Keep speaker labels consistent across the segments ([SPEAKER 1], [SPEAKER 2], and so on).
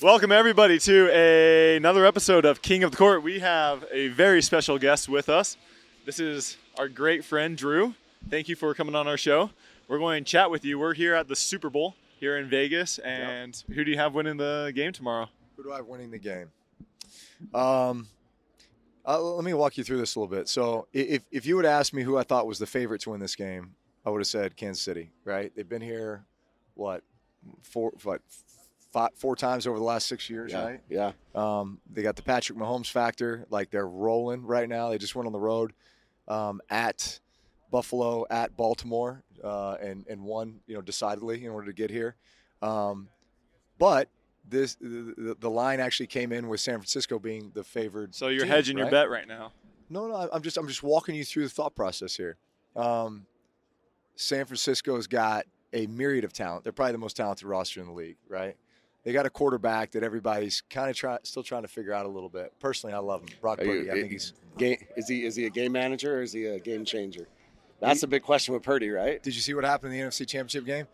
[SPEAKER 1] Welcome everybody to a, another episode of King of the Court. We have a very special guest with us. This is our great friend Drew. Thank you for coming on our show. We're going to chat with you. We're here at the Super Bowl here in Vegas, and who do you have winning the game tomorrow?
[SPEAKER 2] Who do I have winning the game? Um, uh, let me walk you through this a little bit. So, i- if if you would ask me who I thought was the favorite to win this game, I would have said Kansas City. Right? They've been here, what, four, what, five, four times over the last six years,
[SPEAKER 3] Yeah,
[SPEAKER 2] right?
[SPEAKER 3] yeah.
[SPEAKER 2] Um, they got the Patrick Mahomes factor. Like they're rolling right now. They just went on the road um, at Buffalo, at Baltimore, uh, and and won you know decidedly in order to get here. Um, but this the, the- the line actually came in with San Francisco being the favored.
[SPEAKER 1] So you're
[SPEAKER 2] team,
[SPEAKER 1] hedging your
[SPEAKER 2] right?
[SPEAKER 1] bet right now.
[SPEAKER 2] No, no. I- I'm just I'm just walking you through the thought process here. Um, San Francisco's got a myriad of talent. They're probably the most talented roster in the league, right? They got a quarterback that everybody's kind of try, still trying to figure out a little bit. Personally, I love him, Brock
[SPEAKER 3] Are you-
[SPEAKER 2] Purdy. I think he's.
[SPEAKER 3] Game, is he is he a game manager or is he a game changer? That's a big question with Purdy, right?
[SPEAKER 2] Did you see what happened in the NFC Championship game?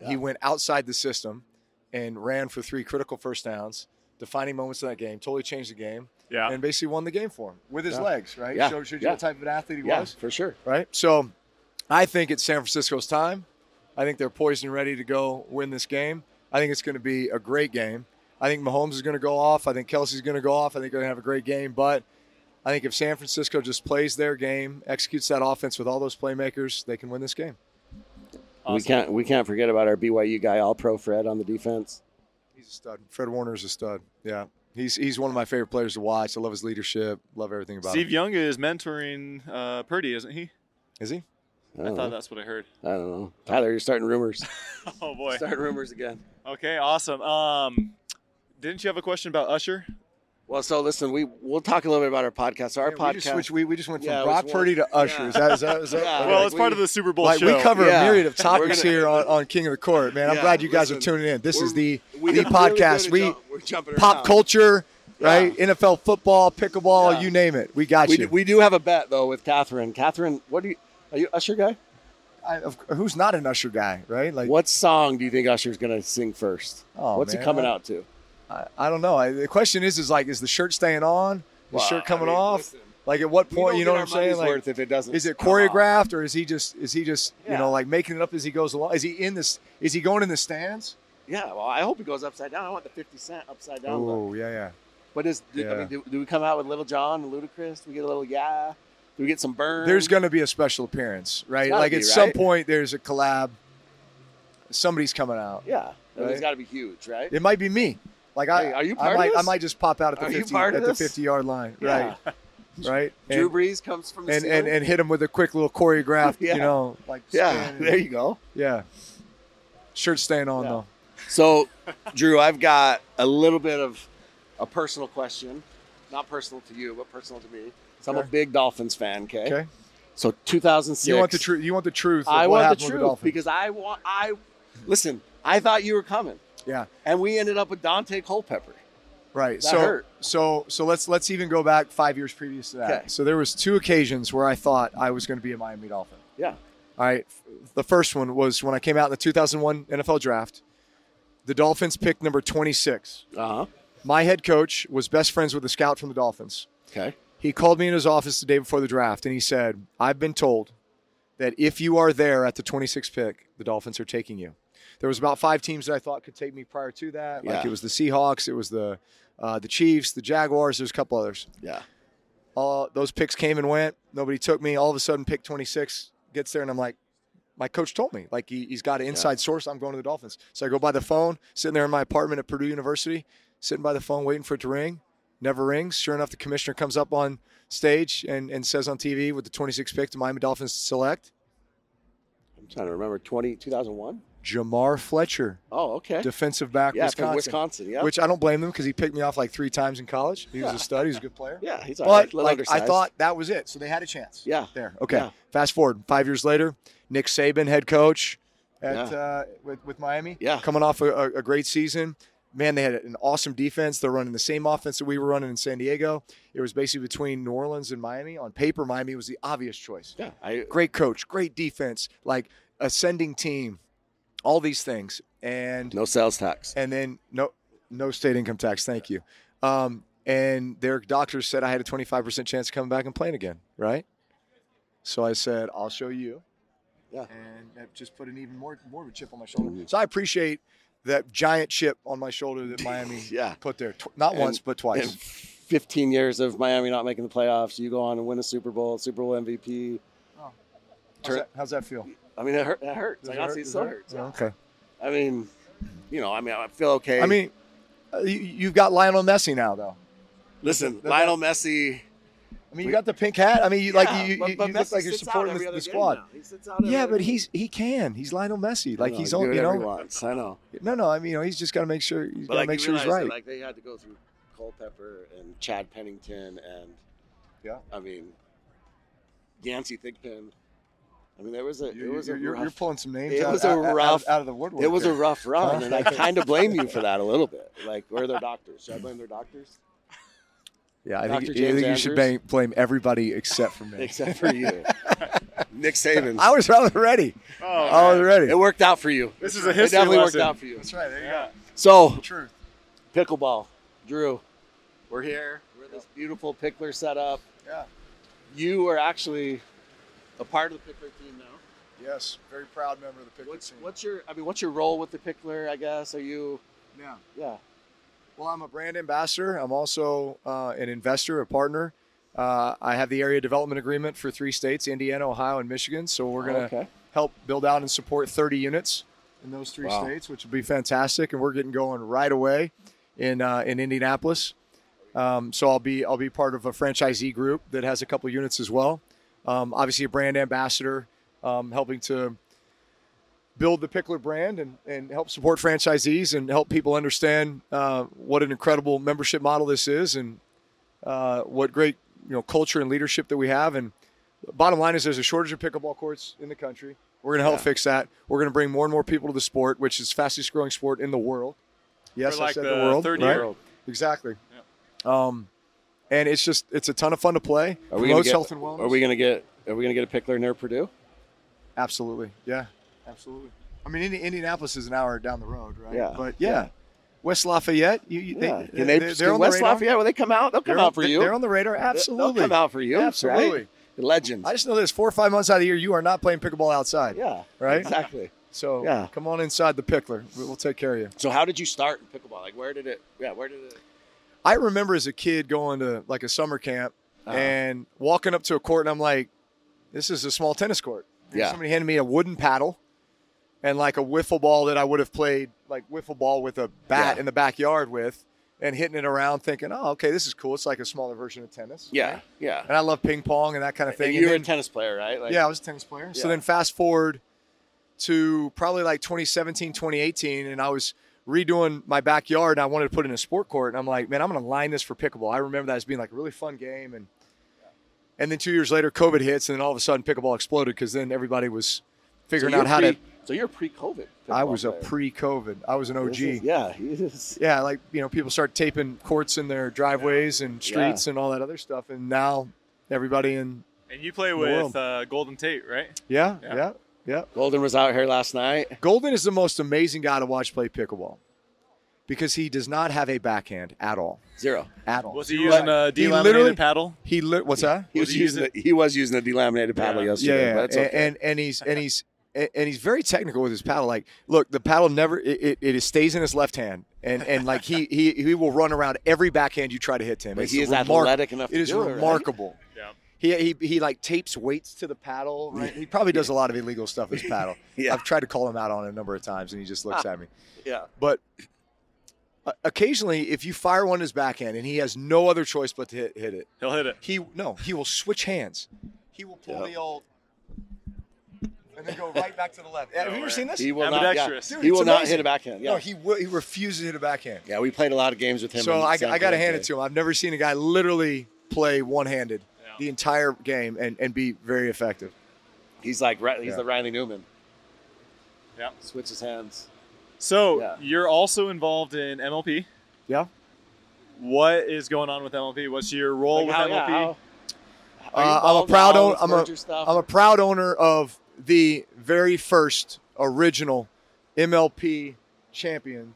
[SPEAKER 2] He
[SPEAKER 3] Yeah.
[SPEAKER 2] went outside the system and ran for three critical first downs, defining moments in that game. Totally changed the game
[SPEAKER 1] Yeah.
[SPEAKER 2] and basically won the game for him with his
[SPEAKER 3] Yeah.
[SPEAKER 2] legs. Right?
[SPEAKER 3] Yeah.
[SPEAKER 2] Showed, showed you
[SPEAKER 3] Yeah.
[SPEAKER 2] what type of an athlete he was.
[SPEAKER 3] Yes, for sure.
[SPEAKER 2] right? So I think it's San Francisco's time. I think they're poised and ready to go win this game. I think it's going to be a great game. I think Mahomes is going to go off. I think Kelsey's going to go off. I think they're going to have a great game. But I think if San Francisco just plays their game, executes that offense with all those playmakers, they can win this game.
[SPEAKER 3] We
[SPEAKER 1] Awesome.
[SPEAKER 3] can't we can't forget about our BYU guy, all pro Fred on the defense.
[SPEAKER 2] He's a stud. Fred Warner is a stud. Yeah. He's, he's one of my favorite players to watch. I love his leadership. Love everything about
[SPEAKER 1] Steve
[SPEAKER 2] him.
[SPEAKER 1] Young is mentoring uh, Purdy, isn't he?
[SPEAKER 2] Is he?
[SPEAKER 3] I
[SPEAKER 1] I
[SPEAKER 3] don't,
[SPEAKER 1] thought
[SPEAKER 3] know.
[SPEAKER 1] that's what I heard.
[SPEAKER 3] Oh, I don't know. Tyler, you're starting rumors.
[SPEAKER 1] Oh boy.
[SPEAKER 3] Starting rumors again.
[SPEAKER 1] Okay, awesome. Um, didn't you have a question about Usher?
[SPEAKER 3] Uh, Well, so listen, we we'll talk a little bit about our podcast. So our
[SPEAKER 2] Yeah,
[SPEAKER 3] podcast.
[SPEAKER 2] We just, switched, we, we just went from
[SPEAKER 3] Yeah, it was
[SPEAKER 2] Brock
[SPEAKER 3] one-
[SPEAKER 2] Purdy to Usher.
[SPEAKER 3] yeah.
[SPEAKER 2] Is that, is that, is that
[SPEAKER 3] Yeah.
[SPEAKER 1] Well,
[SPEAKER 3] like
[SPEAKER 1] it's part
[SPEAKER 3] we-
[SPEAKER 1] of the Super Bowl
[SPEAKER 2] like
[SPEAKER 1] show.
[SPEAKER 2] we cover a
[SPEAKER 3] Yeah.
[SPEAKER 2] myriad of topics
[SPEAKER 3] gonna-
[SPEAKER 2] here on, on King of the Court, man. I'm
[SPEAKER 3] Yeah,
[SPEAKER 2] glad you guys
[SPEAKER 3] listen,
[SPEAKER 2] are tuning in. This is
[SPEAKER 3] we're-
[SPEAKER 2] the
[SPEAKER 3] we
[SPEAKER 2] the
[SPEAKER 3] did really
[SPEAKER 2] podcast.
[SPEAKER 3] good
[SPEAKER 2] we
[SPEAKER 3] job. We're jumping
[SPEAKER 2] pop
[SPEAKER 3] around.
[SPEAKER 2] culture,
[SPEAKER 3] Yeah.
[SPEAKER 2] right? NFL football, pickleball,
[SPEAKER 3] Yeah.
[SPEAKER 2] you name it. We got you.
[SPEAKER 3] We, do- we do have a bet though with Catherine. Catherine, what do you are you Usher guy?
[SPEAKER 2] I, of, who's not an Usher guy, right? Like
[SPEAKER 3] What song do you think Usher's gonna sing first?
[SPEAKER 2] Oh,
[SPEAKER 3] What's
[SPEAKER 2] man.
[SPEAKER 3] he coming out to?
[SPEAKER 2] I, I don't know. I, the question is, is like, is the shirt staying on? Is
[SPEAKER 3] Wow,
[SPEAKER 2] the shirt
[SPEAKER 3] I
[SPEAKER 2] coming
[SPEAKER 3] mean,
[SPEAKER 2] off?
[SPEAKER 3] listen,
[SPEAKER 2] like at what
[SPEAKER 3] We
[SPEAKER 2] point?
[SPEAKER 3] don't
[SPEAKER 2] You
[SPEAKER 3] get
[SPEAKER 2] know what
[SPEAKER 3] our
[SPEAKER 2] I'm saying?
[SPEAKER 3] money's
[SPEAKER 2] Like,
[SPEAKER 3] worth if it doesn't.
[SPEAKER 2] is it
[SPEAKER 3] come off.
[SPEAKER 2] choreographed or is he just is he just you
[SPEAKER 3] Yeah.
[SPEAKER 2] know like making it up as he goes along? Is he in this? Is he going in the stands?
[SPEAKER 3] Yeah, well, I hope it goes upside down. I want the 50 cent upside down. look.
[SPEAKER 2] Oh yeah, yeah.
[SPEAKER 3] But is do,
[SPEAKER 2] yeah.
[SPEAKER 3] I mean, do, do we come out with Little John and Ludacris? Do we get a little yeah? Do we get some burn?
[SPEAKER 2] There's going to be a special appearance, right?
[SPEAKER 3] gotta
[SPEAKER 2] Like
[SPEAKER 3] be,
[SPEAKER 2] at some
[SPEAKER 3] right?
[SPEAKER 2] point, there's a collab. Somebody's coming out.
[SPEAKER 3] yeah. I mean,
[SPEAKER 2] Right.
[SPEAKER 3] It's got to be huge, right?
[SPEAKER 2] It might be me. Like I,
[SPEAKER 3] Hey, are you
[SPEAKER 2] I
[SPEAKER 3] part of
[SPEAKER 2] might, I
[SPEAKER 3] this?
[SPEAKER 2] might just pop out at the
[SPEAKER 3] Are you
[SPEAKER 2] 50
[SPEAKER 3] part
[SPEAKER 2] at
[SPEAKER 3] of
[SPEAKER 2] the
[SPEAKER 3] this?
[SPEAKER 2] 50 yard line,
[SPEAKER 3] Yeah.
[SPEAKER 2] right? Right.
[SPEAKER 3] Drew
[SPEAKER 2] And,
[SPEAKER 3] Brees comes from the
[SPEAKER 2] and, and
[SPEAKER 3] ceiling?
[SPEAKER 2] and hit him with a quick little choreographed,
[SPEAKER 3] Yeah.
[SPEAKER 2] you know, like
[SPEAKER 3] yeah.
[SPEAKER 2] spin.
[SPEAKER 3] There you go.
[SPEAKER 2] yeah. Shirt staying on
[SPEAKER 3] Yeah.
[SPEAKER 2] though.
[SPEAKER 3] So, Drew, I've got a little bit of a personal question. Not personal to you, but personal to me. So I'm
[SPEAKER 2] Okay.
[SPEAKER 3] a big Dolphins fan. Okay.
[SPEAKER 2] Okay.
[SPEAKER 3] So 2006.
[SPEAKER 2] You want the truth? You want the truth? Of
[SPEAKER 3] I
[SPEAKER 2] what
[SPEAKER 3] want
[SPEAKER 2] happened
[SPEAKER 3] the
[SPEAKER 2] with
[SPEAKER 3] truth
[SPEAKER 2] the Dolphins.
[SPEAKER 3] because I want I listen. I thought you were coming.
[SPEAKER 2] Yeah.
[SPEAKER 3] And we ended up with Dante Culpepper.
[SPEAKER 2] Right.
[SPEAKER 3] That
[SPEAKER 2] so
[SPEAKER 3] hurt.
[SPEAKER 2] so so let's let's even go back five years previous to that.
[SPEAKER 3] Okay.
[SPEAKER 2] So there was two occasions where I thought I was going to be a Miami Dolphin.
[SPEAKER 3] Yeah.
[SPEAKER 2] All right. The first one was when I came out in the 2001 NFL Draft. The Dolphins picked number 26.
[SPEAKER 3] Uh huh.
[SPEAKER 2] My head coach was best friends with a scout from the Dolphins.
[SPEAKER 3] Okay.
[SPEAKER 2] He called me in his office the day before the draft and he said, I've been told that if you are there at the 26th pick, the Dolphins are taking you. There was about five teams that I thought could take me prior to that. Like
[SPEAKER 3] Yeah.
[SPEAKER 2] it was the Seahawks, it was the uh, the Chiefs, the Jaguars, there's a couple others.
[SPEAKER 3] Yeah.
[SPEAKER 2] All those picks came and went. Nobody took me. All of a sudden, pick 26 gets there, and I'm like, my coach told me, like he, he's got an inside source. I'm going to the Dolphins. So I go by the phone, sitting there in my apartment at Purdue University, sitting by the phone waiting for it to ring. Never rings. Sure enough, the commissioner comes up on stage and, and says on TV with the 26 pick to Miami Dolphins select
[SPEAKER 3] I'm trying to remember 20, 2001?
[SPEAKER 2] Jamar Fletcher,
[SPEAKER 3] Oh, okay.
[SPEAKER 2] defensive back,
[SPEAKER 3] yeah,
[SPEAKER 2] Wisconsin,
[SPEAKER 3] from Wisconsin. Yeah.
[SPEAKER 2] Which I don't blame him because he picked me off like three times in college. He was
[SPEAKER 3] Yeah.
[SPEAKER 2] a stud. He was a good player.
[SPEAKER 3] yeah, he's all right.
[SPEAKER 2] But
[SPEAKER 3] Little
[SPEAKER 2] like, I
[SPEAKER 3] undersized.
[SPEAKER 2] thought that was it. So they had a chance.
[SPEAKER 3] Yeah.
[SPEAKER 2] there. Okay.
[SPEAKER 3] Yeah.
[SPEAKER 2] Fast forward five years later, Nick Saban, head coach at
[SPEAKER 3] Yeah.
[SPEAKER 2] uh, with, with Miami,
[SPEAKER 3] Yeah.
[SPEAKER 2] coming off a, a- a great season. Man, they had an awesome defense. They're running the same offense that we were running in San Diego. It was basically between New Orleans and Miami. On paper, Miami was the obvious choice.
[SPEAKER 3] Yeah. I,
[SPEAKER 2] Great coach, great defense, like ascending team, all these things. And
[SPEAKER 3] no sales tax.
[SPEAKER 2] and then no No state income tax. Thank you. Um, and their doctors said I had a 25% chance of coming back and playing again, right? So I said, I'll show you.
[SPEAKER 3] Yeah.
[SPEAKER 2] And that just put an even more, more of a chip on my shoulder. So I appreciate that giant chip on my shoulder that Miami
[SPEAKER 3] Yeah.
[SPEAKER 2] put there. Tw- not
[SPEAKER 3] And-
[SPEAKER 2] once, but twice.
[SPEAKER 3] And 15 years of Miami not making the playoffs, you go on and win a Super Bowl, Super Bowl MVP.
[SPEAKER 2] how's, that, how's that feel?
[SPEAKER 3] I mean, it, hurt, it hurts. Like,
[SPEAKER 2] Does it
[SPEAKER 3] honestly,
[SPEAKER 2] hurt?
[SPEAKER 3] it
[SPEAKER 2] Does
[SPEAKER 3] still
[SPEAKER 2] it hurt?
[SPEAKER 3] hurts.
[SPEAKER 2] Yeah, okay.
[SPEAKER 3] I mean, you know, I mean, I feel okay.
[SPEAKER 2] I mean, uh, you, you've got Lionel Messi now, though.
[SPEAKER 3] listen,
[SPEAKER 2] that- that-
[SPEAKER 3] Lionel Messi.
[SPEAKER 2] I mean, you got the pink hat. I mean, you, like
[SPEAKER 3] Yeah,
[SPEAKER 2] you, you,
[SPEAKER 3] but-
[SPEAKER 2] you
[SPEAKER 3] but
[SPEAKER 2] look
[SPEAKER 3] Messi
[SPEAKER 2] like you're
[SPEAKER 3] sits out
[SPEAKER 2] supporting
[SPEAKER 3] every
[SPEAKER 2] the,
[SPEAKER 3] other
[SPEAKER 2] the
[SPEAKER 3] game
[SPEAKER 2] squad.
[SPEAKER 3] now. He sits out every
[SPEAKER 2] Yeah,
[SPEAKER 3] other
[SPEAKER 2] but
[SPEAKER 3] game.
[SPEAKER 2] he's he can. He's Lionel Messi. Like
[SPEAKER 3] I
[SPEAKER 2] he's
[SPEAKER 3] know,
[SPEAKER 2] on.
[SPEAKER 3] do
[SPEAKER 2] You
[SPEAKER 3] whatever he
[SPEAKER 2] know.
[SPEAKER 3] wants. I know.
[SPEAKER 2] No, no. I mean, you know, he's just got to make sure. He's got
[SPEAKER 3] But
[SPEAKER 2] to
[SPEAKER 3] like,
[SPEAKER 2] make
[SPEAKER 3] you
[SPEAKER 2] sure he's
[SPEAKER 3] realize that,
[SPEAKER 2] right.
[SPEAKER 3] like they had to go through Culpepper and Chad Pennington and
[SPEAKER 2] Yeah.
[SPEAKER 3] I mean, Yancey Thigpen. I mean, there was a
[SPEAKER 2] You-
[SPEAKER 3] it was
[SPEAKER 2] you're,
[SPEAKER 3] a
[SPEAKER 2] you're- you're
[SPEAKER 3] rough,
[SPEAKER 2] pulling some names
[SPEAKER 3] it
[SPEAKER 2] out,
[SPEAKER 3] was a
[SPEAKER 2] out- out-
[SPEAKER 3] rough-
[SPEAKER 2] out of the woodwork.
[SPEAKER 3] it was a
[SPEAKER 2] there.
[SPEAKER 3] rough run, and I
[SPEAKER 2] Huh?
[SPEAKER 3] kind of blame you for that a little bit. Like, where are their doctors? Should I blame their doctors?
[SPEAKER 2] Yeah, I think,
[SPEAKER 3] Dr.
[SPEAKER 2] I
[SPEAKER 3] James
[SPEAKER 2] think you should blame,
[SPEAKER 3] Andrews.
[SPEAKER 2] blame everybody except for me.
[SPEAKER 3] Except for you, Nick Saban.
[SPEAKER 2] I was I was ready.
[SPEAKER 1] Oh,
[SPEAKER 2] I was
[SPEAKER 1] man.
[SPEAKER 2] ready.
[SPEAKER 3] It worked out for you.
[SPEAKER 1] This is a
[SPEAKER 3] It
[SPEAKER 1] history
[SPEAKER 3] definitely
[SPEAKER 1] lesson.
[SPEAKER 3] worked out for you.
[SPEAKER 2] right. There
[SPEAKER 1] Yeah.
[SPEAKER 3] So
[SPEAKER 2] Truth.
[SPEAKER 3] pickleball, Drew. We're here. We're at this beautiful pickler setup.
[SPEAKER 2] Yeah.
[SPEAKER 3] You are actually a part of the pickler team now.
[SPEAKER 2] Yes. Very proud member of the Pickers
[SPEAKER 3] What's what's your I mean what's your role with the pickler? I guess are you
[SPEAKER 2] now?
[SPEAKER 3] yeah
[SPEAKER 2] Well, I'm a brand ambassador. I'm also uh, an investor, a partner. Uh, I have the area development agreement for three states: Indiana, Ohio, and Michigan. So we're gonna
[SPEAKER 3] okay
[SPEAKER 2] help build out and support 30 units in those three
[SPEAKER 3] Wow.
[SPEAKER 2] states, which will be fantastic. And we're getting going right away in uh, in Indianapolis. Um, so I'll be I'll be part of a franchisee group that has a couple units as well. Um, obviously, a brand ambassador, um, helping to build the Pickler brand and, and help support franchisees and help people understand uh, what an incredible membership model this is and uh, what great you know culture and leadership that we have. And bottom line is, there's a shortage of pickleball courts in the country. We're going to help
[SPEAKER 3] Yeah.
[SPEAKER 2] fix that. We're going to bring more and more people to the sport, which is fastest growing sport in the world. Yes,
[SPEAKER 1] For like
[SPEAKER 2] I said the,
[SPEAKER 1] the
[SPEAKER 2] world.
[SPEAKER 1] third
[SPEAKER 2] right?
[SPEAKER 1] year.
[SPEAKER 2] Exactly. Um, and it's just it's a ton of fun to play.
[SPEAKER 3] are we gonna
[SPEAKER 2] Promotes
[SPEAKER 3] get,
[SPEAKER 2] health and wellness.
[SPEAKER 3] are we gonna get are we gonna get a pickler near Purdue
[SPEAKER 2] Absolutely. Yeah. Absolutely. I mean, Indi- Indianapolis is an hour down the road, right?
[SPEAKER 3] Yeah.
[SPEAKER 2] But yeah, West Lafayette. You, you
[SPEAKER 3] yeah
[SPEAKER 2] they,
[SPEAKER 3] can they,
[SPEAKER 2] they're,
[SPEAKER 3] can
[SPEAKER 2] they're on
[SPEAKER 3] West
[SPEAKER 2] the radar.
[SPEAKER 3] Lafayette will they come out they'll come
[SPEAKER 2] They're on-
[SPEAKER 3] out for you
[SPEAKER 2] They're on the radar. Absolutely.
[SPEAKER 3] they'll come out for you
[SPEAKER 2] Absolutely.
[SPEAKER 3] right? legends
[SPEAKER 2] I just know this: four or five months out of the year, you are not playing pickleball outside.
[SPEAKER 3] yeah
[SPEAKER 2] Right?
[SPEAKER 3] exactly
[SPEAKER 2] So
[SPEAKER 3] Yeah.
[SPEAKER 2] come on inside the pickler. We- We'll take care of you.
[SPEAKER 3] so how did you start in pickleball like where did it yeah where did it
[SPEAKER 2] I remember as a kid going to like a summer camp
[SPEAKER 3] Uh-huh.
[SPEAKER 2] and walking up to a court, and I'm like, "This is a small tennis court." And
[SPEAKER 3] Yeah.
[SPEAKER 2] Somebody handed me a wooden paddle and like a wiffle ball that I would have played like wiffle ball with a bat
[SPEAKER 3] Yeah.
[SPEAKER 2] in the backyard with, and hitting it around, thinking, "Oh, okay, this is cool. It's like a smaller version of tennis."
[SPEAKER 3] yeah yeah
[SPEAKER 2] And I love ping pong and that kind of thing.
[SPEAKER 3] and
[SPEAKER 2] And
[SPEAKER 3] you were a
[SPEAKER 2] then-
[SPEAKER 3] tennis player right like
[SPEAKER 2] yeah, I was a tennis player. So
[SPEAKER 3] Yeah.
[SPEAKER 2] then fast forward to probably like 2017, 2018, and I was redoing my backyard and I wanted to put in a sport court. And I'm like, man, I'm going to line this for pickleball. I remember that as being like a really fun game. And and then two years later, COVID hits, and then all of a sudden, pickleball exploded because then everybody was
[SPEAKER 3] so
[SPEAKER 2] figuring
[SPEAKER 3] you're
[SPEAKER 2] out how
[SPEAKER 3] pre,
[SPEAKER 2] to.
[SPEAKER 3] so you're pre-covid
[SPEAKER 2] I
[SPEAKER 3] pickleball
[SPEAKER 2] was a
[SPEAKER 3] player.
[SPEAKER 2] pre-COVID. I was an OG.
[SPEAKER 3] This is- yeah he is
[SPEAKER 2] Yeah, like you know, people start taping courts in their driveways and streets and all that other stuff, and now everybody in.
[SPEAKER 1] And you play
[SPEAKER 2] world.
[SPEAKER 1] with uh, Golden Tate, right?
[SPEAKER 2] Yeah,
[SPEAKER 1] Yeah.
[SPEAKER 2] yeah, yeah.
[SPEAKER 3] Golden was out here last night
[SPEAKER 2] Golden is the most amazing guy to watch play pickleball because he does not have a backhand at all.
[SPEAKER 3] zero
[SPEAKER 2] At all.
[SPEAKER 1] Was he uh, using a
[SPEAKER 2] He
[SPEAKER 1] delaminated paddle?
[SPEAKER 2] He li- what's that?
[SPEAKER 3] He
[SPEAKER 1] Was
[SPEAKER 3] was,
[SPEAKER 1] he
[SPEAKER 3] using
[SPEAKER 1] using-
[SPEAKER 3] a, he was using a delaminated paddle
[SPEAKER 1] Yeah.
[SPEAKER 2] Yeah,
[SPEAKER 3] yesterday.
[SPEAKER 2] yeah.
[SPEAKER 3] but it's
[SPEAKER 2] and,
[SPEAKER 3] okay.
[SPEAKER 2] and and he's and he's and and he's very technical with his paddle. Like, look, the paddle never it, it, it stays in his left hand, and and like he he he will run around every backhand you try to hit to him.
[SPEAKER 3] but
[SPEAKER 2] It's
[SPEAKER 3] he is
[SPEAKER 2] remark-
[SPEAKER 3] athletic enough.
[SPEAKER 2] It
[SPEAKER 3] to
[SPEAKER 2] is
[SPEAKER 3] do right?
[SPEAKER 2] remarkable.
[SPEAKER 1] Yeah.
[SPEAKER 2] He, he, he like tapes weights to the paddle. Right? He probably does a lot of illegal stuff with his paddle.
[SPEAKER 3] Yeah. Ah.
[SPEAKER 2] I've tried to call him out on it a number of times, and he just looks at me.
[SPEAKER 3] Yeah,
[SPEAKER 2] But uh, occasionally, if you fire one his backhand and he has no other choice but to hit, hit it,
[SPEAKER 1] He'll hit it.
[SPEAKER 2] he no, he will switch hands. He will pull
[SPEAKER 3] Yeah.
[SPEAKER 2] the old and then go right back to the left. Have you ever seen this?
[SPEAKER 3] he will not. Yeah.
[SPEAKER 1] Ambidextrous.
[SPEAKER 2] Dude,
[SPEAKER 3] He
[SPEAKER 2] it's
[SPEAKER 3] will not
[SPEAKER 2] amazing.
[SPEAKER 3] hit a backhand. Yeah,
[SPEAKER 2] No, he will, he refuses to hit a backhand.
[SPEAKER 3] yeah. We played a lot of games with him.
[SPEAKER 2] So
[SPEAKER 3] in
[SPEAKER 2] I,
[SPEAKER 3] San
[SPEAKER 2] I got to hand it
[SPEAKER 3] Clemente.
[SPEAKER 2] to him. I've never seen a guy literally play one-handed
[SPEAKER 1] Yeah.
[SPEAKER 2] the entire game and, and be very effective.
[SPEAKER 3] He's like Ri- he's
[SPEAKER 2] Yeah.
[SPEAKER 3] the Riley Newman.
[SPEAKER 1] Yeah.
[SPEAKER 3] switches hands.
[SPEAKER 1] So
[SPEAKER 3] Yeah.
[SPEAKER 1] you're also involved in MLP.
[SPEAKER 2] Yeah.
[SPEAKER 1] What is going on with MLP? What's your role
[SPEAKER 3] Like,
[SPEAKER 1] with
[SPEAKER 3] how-
[SPEAKER 1] MLP?
[SPEAKER 3] yeah, how-
[SPEAKER 2] Uh,
[SPEAKER 3] are you
[SPEAKER 2] I'm a
[SPEAKER 3] involved at
[SPEAKER 2] proud
[SPEAKER 3] all
[SPEAKER 2] owner.
[SPEAKER 3] with
[SPEAKER 2] I'm a,
[SPEAKER 3] merger stuff?
[SPEAKER 2] I'm a proud owner of the very first original MLP champion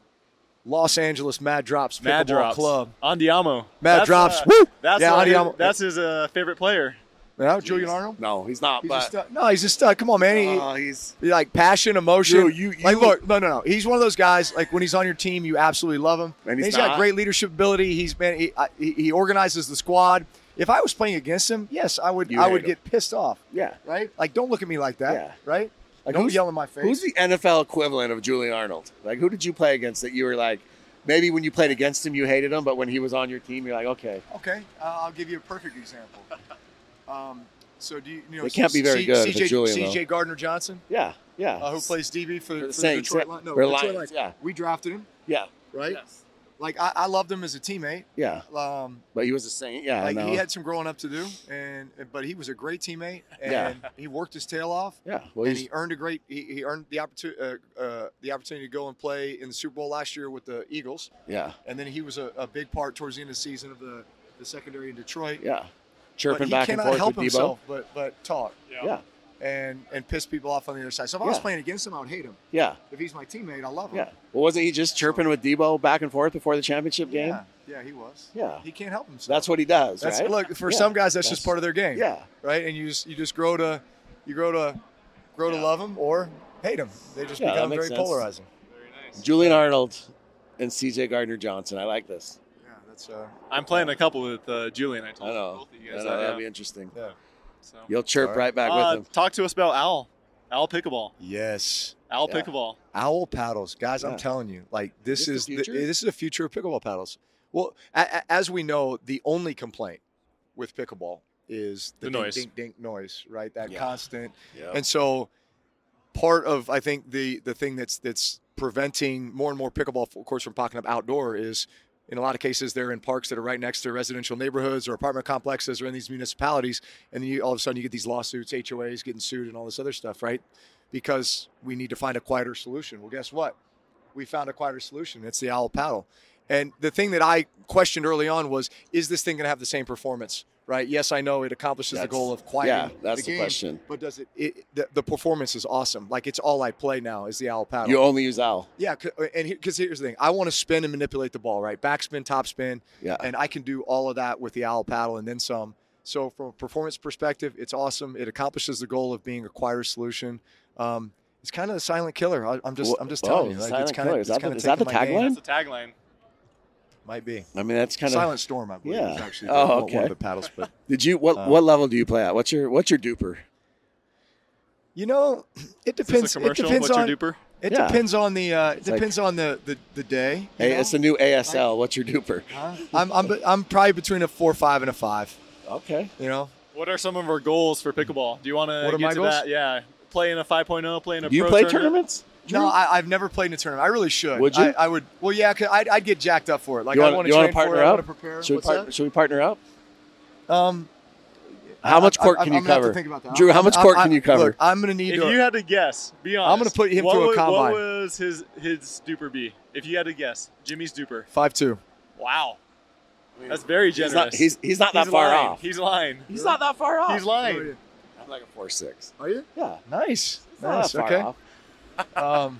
[SPEAKER 2] Los Angeles Mad Drops Pickleball
[SPEAKER 1] Mad Drops.
[SPEAKER 2] Club.
[SPEAKER 1] Andiamo.
[SPEAKER 2] Mad
[SPEAKER 1] That's,
[SPEAKER 2] Drops.
[SPEAKER 1] uh,
[SPEAKER 2] Woo!
[SPEAKER 1] That's,
[SPEAKER 2] yeah,
[SPEAKER 1] uh,
[SPEAKER 2] Andiamo.
[SPEAKER 1] that's his uh, favorite player.
[SPEAKER 2] yeah, Julian Arnold.
[SPEAKER 3] No, he's not.
[SPEAKER 2] He's a
[SPEAKER 3] but
[SPEAKER 2] stud. No, he's a stud. Come on, man. He-
[SPEAKER 3] uh, he's
[SPEAKER 2] like passion, emotion.
[SPEAKER 3] Yo, you-
[SPEAKER 2] like,
[SPEAKER 3] you-
[SPEAKER 2] look, no, no, no. He's one of those guys. Like when he's on your team, you absolutely love him.
[SPEAKER 3] And he's
[SPEAKER 2] he's got
[SPEAKER 3] not.
[SPEAKER 2] great leadership ability. He's been he, I- he, he organizes the squad. If I was playing against him, yes, I would.
[SPEAKER 3] You
[SPEAKER 2] I
[SPEAKER 3] hate
[SPEAKER 2] would
[SPEAKER 3] him.
[SPEAKER 2] get pissed off.
[SPEAKER 3] yeah.
[SPEAKER 2] Right? Like, don't look at me like that.
[SPEAKER 3] Yeah.
[SPEAKER 2] Right? Like,
[SPEAKER 3] Who's-
[SPEAKER 2] don't yell in my face.
[SPEAKER 3] Who's the NFL equivalent of Julian Arnold? Like, who did you play against that you were like, maybe when you played against him, you hated him, but when he was on your team, you're like, okay,
[SPEAKER 2] Okay, uh, I'll give you a perfect example. Um, so do you, you know?
[SPEAKER 3] They can't be very good if it's
[SPEAKER 2] CJ,
[SPEAKER 3] Julian, though.
[SPEAKER 2] CJ Gardner Johnson,
[SPEAKER 3] yeah, yeah.
[SPEAKER 2] uh, who plays DB for, for the
[SPEAKER 3] Saints,
[SPEAKER 2] Detroit
[SPEAKER 3] yeah.
[SPEAKER 2] Lions. No,
[SPEAKER 3] Or
[SPEAKER 2] Detroit
[SPEAKER 3] Lions,
[SPEAKER 2] Lions.
[SPEAKER 3] yeah.
[SPEAKER 2] We drafted him,
[SPEAKER 3] Yeah,
[SPEAKER 2] right?
[SPEAKER 3] Yes.
[SPEAKER 2] Like I, I loved him as a teammate.
[SPEAKER 3] yeah.
[SPEAKER 2] Um,
[SPEAKER 3] But he was a saint. Yeah,
[SPEAKER 2] like
[SPEAKER 3] no.
[SPEAKER 2] he had some growing up to do, and but he was a great teammate, and
[SPEAKER 3] Yeah.
[SPEAKER 2] he worked his tail off,
[SPEAKER 3] yeah. Well,
[SPEAKER 2] and
[SPEAKER 3] he's,
[SPEAKER 2] he earned a great. He, he earned the opportunity uh, uh, the opportunity to go and play in the Super Bowl last year with the Eagles,
[SPEAKER 3] yeah,
[SPEAKER 2] and then he was a, a big part towards the end of the season of the, the secondary in Detroit.
[SPEAKER 3] yeah.
[SPEAKER 2] But
[SPEAKER 3] Chirping
[SPEAKER 2] he
[SPEAKER 3] back and
[SPEAKER 2] cannot
[SPEAKER 3] forth
[SPEAKER 2] help
[SPEAKER 3] with Debo.
[SPEAKER 2] himself, but but talk
[SPEAKER 3] Yeah,
[SPEAKER 2] and and piss people off on the other side. So if I was
[SPEAKER 3] Yeah.
[SPEAKER 2] playing against him, I would hate him.
[SPEAKER 3] yeah,
[SPEAKER 2] If he's my teammate, I love him.
[SPEAKER 3] yeah. Well, wasn't he just chirping with Debo back and forth before the championship game?
[SPEAKER 2] yeah, yeah, he was.
[SPEAKER 3] Yeah.
[SPEAKER 2] he can't help himself.
[SPEAKER 3] That's what he does,
[SPEAKER 2] That's
[SPEAKER 3] right?
[SPEAKER 2] look for
[SPEAKER 3] Yeah.
[SPEAKER 2] some guys. That's,
[SPEAKER 3] That's-
[SPEAKER 2] just part of their game.
[SPEAKER 3] Yeah,
[SPEAKER 2] right? And you just you just grow to you grow to grow to love them or hate them. They just
[SPEAKER 3] Yeah, that
[SPEAKER 2] become
[SPEAKER 3] makes
[SPEAKER 2] very
[SPEAKER 3] sense.
[SPEAKER 2] polarizing.
[SPEAKER 1] Very nice.
[SPEAKER 3] Julian Arnold and C.J. Gardner Johnson. I like this.
[SPEAKER 2] Yeah, that's uh,
[SPEAKER 1] I'm playing a couple with uh, Julian. I
[SPEAKER 3] I
[SPEAKER 1] told
[SPEAKER 3] know.
[SPEAKER 1] both of
[SPEAKER 3] I
[SPEAKER 1] you guys
[SPEAKER 3] know.
[SPEAKER 1] that.
[SPEAKER 3] That'd
[SPEAKER 1] yeah.
[SPEAKER 3] be interesting.
[SPEAKER 2] yeah.
[SPEAKER 1] So.
[SPEAKER 3] You'll chirp
[SPEAKER 2] All
[SPEAKER 3] right back
[SPEAKER 1] Uh,
[SPEAKER 3] with him.
[SPEAKER 1] talk to us about Owl. Owl Pickleball.
[SPEAKER 2] Yes,
[SPEAKER 1] Owl
[SPEAKER 3] Yeah.
[SPEAKER 1] Pickleball.
[SPEAKER 2] owl paddles, guys.
[SPEAKER 3] Yeah.
[SPEAKER 2] I'm telling you, like this,
[SPEAKER 3] This the
[SPEAKER 2] is the
[SPEAKER 3] future?
[SPEAKER 2] this is the future of pickleball paddles. Well, a- a- as we know, the only complaint with pickleball is the,
[SPEAKER 1] The
[SPEAKER 2] dink,
[SPEAKER 1] noise.
[SPEAKER 2] dink, dink noise, right? That
[SPEAKER 3] Yeah.
[SPEAKER 2] constant.
[SPEAKER 3] Yeah.
[SPEAKER 2] And so part of I think the the thing that's that's preventing more and more pickleball of course from popping up outdoor is in a lot of cases they're in parks that are right next to residential neighborhoods or apartment complexes or in these municipalities and then you all of a sudden you get these lawsuits, HOAs getting sued and all this other stuff, right? Because we need to find a quieter solution. Well, guess what? We found a quieter solution. It's the owl paddle. And the thing that I questioned early on was, is this thing going to have the same performance? Right? Yes, I know it accomplishes the
[SPEAKER 3] That's-
[SPEAKER 2] goal of quieting
[SPEAKER 3] yeah, that's the
[SPEAKER 2] game,
[SPEAKER 3] question.
[SPEAKER 2] but does it, it the, the performance is awesome. Like it's all I play now is the owl paddle.
[SPEAKER 3] You only use owl.
[SPEAKER 2] yeah, 'cause- and because here's the thing, I want to spin and manipulate the ball, right? Backspin, topspin,
[SPEAKER 3] Yeah.
[SPEAKER 2] and I can do all of that with the owl paddle and then some. So from a performance perspective, it's awesome. It accomplishes the goal of being a quieter solution. Um, it's kind of the silent killer. I, I'm just, I'm just
[SPEAKER 3] Whoa,
[SPEAKER 2] telling you,
[SPEAKER 3] the
[SPEAKER 2] like,
[SPEAKER 3] silent
[SPEAKER 2] it's kind of,
[SPEAKER 3] killer. Is
[SPEAKER 2] it's
[SPEAKER 3] that
[SPEAKER 2] kind
[SPEAKER 3] the-
[SPEAKER 2] of
[SPEAKER 3] is that the
[SPEAKER 1] That's the tagline.
[SPEAKER 2] Might be
[SPEAKER 3] I mean, that's kind
[SPEAKER 2] silent storm. I believe
[SPEAKER 3] Yeah.
[SPEAKER 2] is actually the,
[SPEAKER 3] Oh,
[SPEAKER 2] one- one
[SPEAKER 3] okay.
[SPEAKER 2] of the paddles, but
[SPEAKER 3] of. Did you what?
[SPEAKER 2] Uh,
[SPEAKER 3] what level do you play at? What's your What's your duper?
[SPEAKER 2] you know, it
[SPEAKER 1] Is this
[SPEAKER 2] depends.
[SPEAKER 1] a
[SPEAKER 2] It
[SPEAKER 1] commercial?
[SPEAKER 2] depends
[SPEAKER 1] What's
[SPEAKER 2] on.
[SPEAKER 1] your duper?
[SPEAKER 2] It
[SPEAKER 3] Yeah.
[SPEAKER 2] depends on the. Uh, it
[SPEAKER 3] like-
[SPEAKER 2] depends on the the, the day. you
[SPEAKER 3] Hey,
[SPEAKER 2] know?
[SPEAKER 3] it's the new ASL. What's your duper?
[SPEAKER 2] Huh? I'm, I'm I'm probably between a four five and a five.
[SPEAKER 3] Okay.
[SPEAKER 2] You know,
[SPEAKER 1] What are some of our goals for pickleball? Do you want
[SPEAKER 2] What
[SPEAKER 1] to
[SPEAKER 2] are
[SPEAKER 1] get
[SPEAKER 2] my
[SPEAKER 1] to
[SPEAKER 2] goals?
[SPEAKER 1] that? Yeah, play in a 5.0, play in a
[SPEAKER 3] Do you
[SPEAKER 1] pro
[SPEAKER 3] play
[SPEAKER 1] tournament.
[SPEAKER 3] tournaments?
[SPEAKER 2] no, I, I've never played in a tournament. I really should.
[SPEAKER 3] Would you?
[SPEAKER 2] I, I would. Well, yeah, cause I'd, I'd get jacked up for it. Like
[SPEAKER 3] You
[SPEAKER 2] I
[SPEAKER 3] wanna-
[SPEAKER 2] want to
[SPEAKER 3] you
[SPEAKER 2] train
[SPEAKER 3] wanna
[SPEAKER 2] for
[SPEAKER 3] partner
[SPEAKER 2] it. I
[SPEAKER 3] up?
[SPEAKER 2] want to prepare.
[SPEAKER 3] Should we,
[SPEAKER 2] What's
[SPEAKER 3] partner, should we partner up?
[SPEAKER 2] that? Um,
[SPEAKER 3] How much
[SPEAKER 2] I-
[SPEAKER 3] court
[SPEAKER 2] Um, I-
[SPEAKER 3] can
[SPEAKER 2] I'm
[SPEAKER 3] you
[SPEAKER 2] gonna have to
[SPEAKER 3] cover?
[SPEAKER 2] think about that.
[SPEAKER 3] Drew, how
[SPEAKER 2] I'm-
[SPEAKER 3] much
[SPEAKER 2] I'm-
[SPEAKER 3] court
[SPEAKER 2] I'm-
[SPEAKER 3] can you cover?
[SPEAKER 2] Look, I'm gonna need
[SPEAKER 1] If
[SPEAKER 2] to.
[SPEAKER 1] you had to guess, be honest.
[SPEAKER 2] gonna put him
[SPEAKER 1] what
[SPEAKER 2] through a
[SPEAKER 1] was,
[SPEAKER 2] combine.
[SPEAKER 1] What was his his duper be? If you had to guess, Jimmy's duper.
[SPEAKER 2] five two.
[SPEAKER 1] Wow, that's very
[SPEAKER 3] he's
[SPEAKER 1] generous.
[SPEAKER 3] not, he's, he's not that
[SPEAKER 1] He's
[SPEAKER 3] far
[SPEAKER 1] lying.
[SPEAKER 3] off.
[SPEAKER 1] He's lying.
[SPEAKER 3] He's not that far off.
[SPEAKER 1] He's lying.
[SPEAKER 3] I'm like a four six.
[SPEAKER 2] Are you?
[SPEAKER 3] Yeah.
[SPEAKER 2] Nice.
[SPEAKER 3] He's not
[SPEAKER 2] Nice.
[SPEAKER 3] that far
[SPEAKER 2] Okay.
[SPEAKER 3] off.
[SPEAKER 2] Um,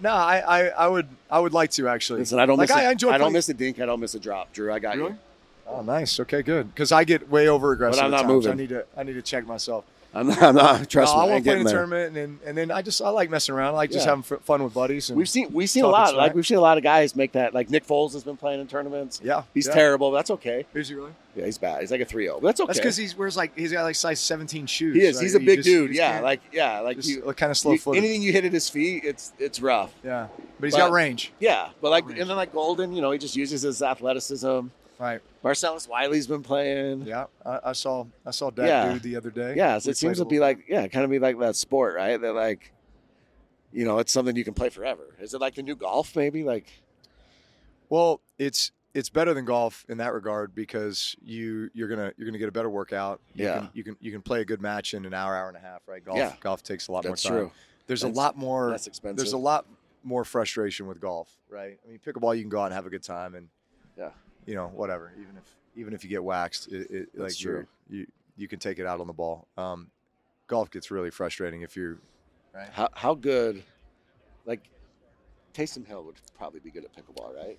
[SPEAKER 2] no, I, I I would I would like to actually.
[SPEAKER 3] Listen, I don't
[SPEAKER 2] like
[SPEAKER 3] miss.
[SPEAKER 2] I
[SPEAKER 3] a-
[SPEAKER 2] enjoy
[SPEAKER 3] I don't
[SPEAKER 2] playing-
[SPEAKER 3] miss a dink. I don't miss a drop. Drew, I got
[SPEAKER 2] Really?
[SPEAKER 3] you.
[SPEAKER 2] Oh, nice. Okay, good. Because I get way over aggressive.
[SPEAKER 3] But I'm
[SPEAKER 2] at
[SPEAKER 3] not
[SPEAKER 2] times.
[SPEAKER 3] moving.
[SPEAKER 2] I need to I need to check myself.
[SPEAKER 3] I'm not. I'm not trust
[SPEAKER 2] no,
[SPEAKER 3] me.
[SPEAKER 2] I
[SPEAKER 3] I
[SPEAKER 2] want to play
[SPEAKER 3] ain't
[SPEAKER 2] in
[SPEAKER 3] getting
[SPEAKER 2] a
[SPEAKER 3] there.
[SPEAKER 2] tournament, and then, and then I just I like messing around. I like just
[SPEAKER 3] Yeah.
[SPEAKER 2] having f- fun with buddies. And,
[SPEAKER 3] We've seen we've seen a
[SPEAKER 2] Talking
[SPEAKER 3] lot. Like
[SPEAKER 2] smack.
[SPEAKER 3] we've seen a lot of guys make that. Like Nick Foles has been playing in tournaments.
[SPEAKER 2] yeah,
[SPEAKER 3] He's
[SPEAKER 2] yeah.
[SPEAKER 3] terrible, but that's okay.
[SPEAKER 2] Is he really?
[SPEAKER 3] Yeah, he's bad. He's like a 3-0. That's okay.
[SPEAKER 2] That's because he wears like he's got like size 17 shoes.
[SPEAKER 3] he is.
[SPEAKER 2] right?
[SPEAKER 3] He's a
[SPEAKER 2] You
[SPEAKER 3] big
[SPEAKER 2] just- you
[SPEAKER 3] dude.
[SPEAKER 2] just
[SPEAKER 3] Yeah,
[SPEAKER 2] can't-
[SPEAKER 3] like yeah, like
[SPEAKER 2] just
[SPEAKER 3] you.
[SPEAKER 2] kind of slow
[SPEAKER 3] you-
[SPEAKER 2] footed.
[SPEAKER 3] anything you hit at his feet, it's it's rough.
[SPEAKER 2] Yeah, but he's
[SPEAKER 3] But-
[SPEAKER 2] got range.
[SPEAKER 3] Yeah, but like
[SPEAKER 2] Outrageous.
[SPEAKER 3] and then like Golden, you know, he just uses his athleticism.
[SPEAKER 2] Right.
[SPEAKER 3] Marcellus Wiley's been playing. Yeah,
[SPEAKER 2] Yeah, I, I saw I saw that
[SPEAKER 3] Yeah.
[SPEAKER 2] dude the other day.
[SPEAKER 3] so
[SPEAKER 2] We
[SPEAKER 3] it seems
[SPEAKER 2] played a
[SPEAKER 3] to be
[SPEAKER 2] little-
[SPEAKER 3] like yeah, kind of be like that sport, right? That like, you know, it's something you can play forever. Is it like the new golf? Maybe like
[SPEAKER 2] Well, it's it's better than golf in that regard because you you're gonna you're gonna get a better workout. You
[SPEAKER 3] Yeah.
[SPEAKER 2] can, you can you can play a good match in an hour hour and a half. Right. Golf
[SPEAKER 3] Yeah.
[SPEAKER 2] golf takes a lot
[SPEAKER 3] that's
[SPEAKER 2] more time.
[SPEAKER 3] true.
[SPEAKER 2] There's
[SPEAKER 3] That's-
[SPEAKER 2] a lot more.
[SPEAKER 3] That's expensive.
[SPEAKER 2] there's a lot more frustration with golf, right? I mean, pickleball, you can go out and have a good time, and
[SPEAKER 3] Yeah.
[SPEAKER 2] you know, whatever. Even if even if you get waxed, it, it
[SPEAKER 3] That's
[SPEAKER 2] like you're- you you can take it out on the ball. Um, golf gets really frustrating if you're
[SPEAKER 3] how how good like Taysom Hill would probably be good at pickleball, right?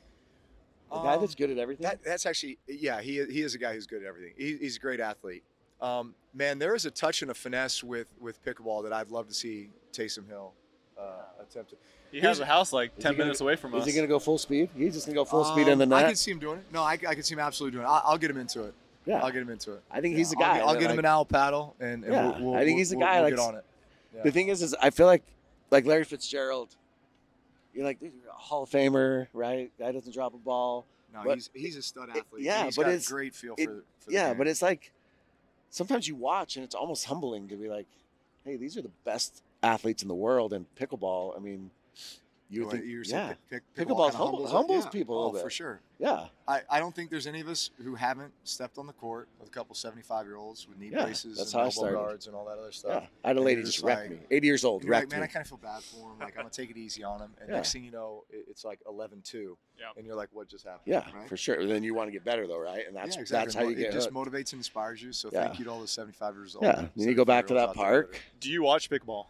[SPEAKER 3] The guy
[SPEAKER 2] Um,
[SPEAKER 3] that's good at everything.
[SPEAKER 2] That, that's actually, yeah, he, he is a guy who's good at everything. He, he's a great athlete. Um, man, there is a touch and a finesse with, with pickleball that I'd love to see Taysom Hill uh, attempt. At.
[SPEAKER 1] He has
[SPEAKER 2] Here's-
[SPEAKER 1] a house like
[SPEAKER 3] Is he
[SPEAKER 1] 10
[SPEAKER 3] gonna-
[SPEAKER 1] minutes away from
[SPEAKER 3] Is
[SPEAKER 1] us.
[SPEAKER 3] he going to go full speed? He's just going to go full speed in the
[SPEAKER 2] Um, I
[SPEAKER 3] net.
[SPEAKER 2] can see him doing it. No, I, I can see him absolutely doing it. I, I'll get him into it.
[SPEAKER 3] yeah,
[SPEAKER 2] I'll get him into it.
[SPEAKER 3] I think he's the
[SPEAKER 2] Yeah, I'll
[SPEAKER 3] guy.
[SPEAKER 2] get- I'll,
[SPEAKER 3] and
[SPEAKER 2] get
[SPEAKER 3] then,
[SPEAKER 2] him
[SPEAKER 3] like,
[SPEAKER 2] an owl paddle, and, and
[SPEAKER 3] Yeah,
[SPEAKER 2] we'll, we'll,
[SPEAKER 3] I think
[SPEAKER 2] we'll-
[SPEAKER 3] he's the
[SPEAKER 2] we'll-
[SPEAKER 3] guy,
[SPEAKER 2] We'll
[SPEAKER 3] like,
[SPEAKER 2] get on it.
[SPEAKER 3] The thing is, is I feel like, like Larry Fitzgerald. You're like dude, you're a Hall of Famer, right? Guy doesn't drop a ball.
[SPEAKER 2] No,
[SPEAKER 3] but-
[SPEAKER 2] he's he's a stud
[SPEAKER 3] it-
[SPEAKER 2] athlete. and
[SPEAKER 3] yeah,
[SPEAKER 2] he's
[SPEAKER 3] but
[SPEAKER 2] got
[SPEAKER 3] it's-
[SPEAKER 2] a great feel
[SPEAKER 3] it-
[SPEAKER 2] for, for the
[SPEAKER 3] yeah,
[SPEAKER 2] game.
[SPEAKER 3] but it's like sometimes you watch and it's almost humbling to be like, hey, these are the best athletes in the world, and pickleball. I mean, you would
[SPEAKER 2] Well,
[SPEAKER 3] think,
[SPEAKER 2] you were saying
[SPEAKER 3] yeah,
[SPEAKER 2] pick, pick,
[SPEAKER 3] Pickleball
[SPEAKER 2] pickleball kinda
[SPEAKER 3] humble-
[SPEAKER 2] humbles,
[SPEAKER 3] humbles
[SPEAKER 2] yeah.
[SPEAKER 3] people a
[SPEAKER 2] Oh,
[SPEAKER 3] little
[SPEAKER 2] for
[SPEAKER 3] bit.
[SPEAKER 2] sure.
[SPEAKER 3] yeah,
[SPEAKER 2] I, I don't think there's any of us who haven't stepped on the court with a couple 75 year olds with knee
[SPEAKER 3] Yeah,
[SPEAKER 2] braces
[SPEAKER 3] that's
[SPEAKER 2] and
[SPEAKER 3] how I
[SPEAKER 2] elbow
[SPEAKER 3] started.
[SPEAKER 2] guards and all that other
[SPEAKER 3] yeah.
[SPEAKER 2] stuff.
[SPEAKER 3] I had a
[SPEAKER 2] And
[SPEAKER 3] lady
[SPEAKER 2] you're
[SPEAKER 3] just
[SPEAKER 2] just
[SPEAKER 3] wrecked me.
[SPEAKER 2] like-
[SPEAKER 3] Eighty years old,
[SPEAKER 2] And you're like,
[SPEAKER 3] wrecked
[SPEAKER 2] man, I
[SPEAKER 3] me.
[SPEAKER 2] kind of feel bad for him. Like, I'm gonna take it easy on him. And
[SPEAKER 3] Yeah.
[SPEAKER 2] next thing you know, it, it's like 11 2.
[SPEAKER 1] Yep.
[SPEAKER 2] And you're like, what just happened?
[SPEAKER 3] Yeah,
[SPEAKER 2] Right?
[SPEAKER 3] for sure. Then you want to get better though, right? And that's
[SPEAKER 2] yeah, exactly.
[SPEAKER 3] that's how you
[SPEAKER 2] it
[SPEAKER 3] get.
[SPEAKER 2] just
[SPEAKER 3] hooked.
[SPEAKER 2] motivates and inspires you. So
[SPEAKER 3] Yeah.
[SPEAKER 2] thank you to all the 75 years old.
[SPEAKER 3] Yeah, then you go back
[SPEAKER 2] 75-year-olds
[SPEAKER 3] to that
[SPEAKER 2] out there
[SPEAKER 3] park.
[SPEAKER 2] that are-
[SPEAKER 1] Do you watch pickleball?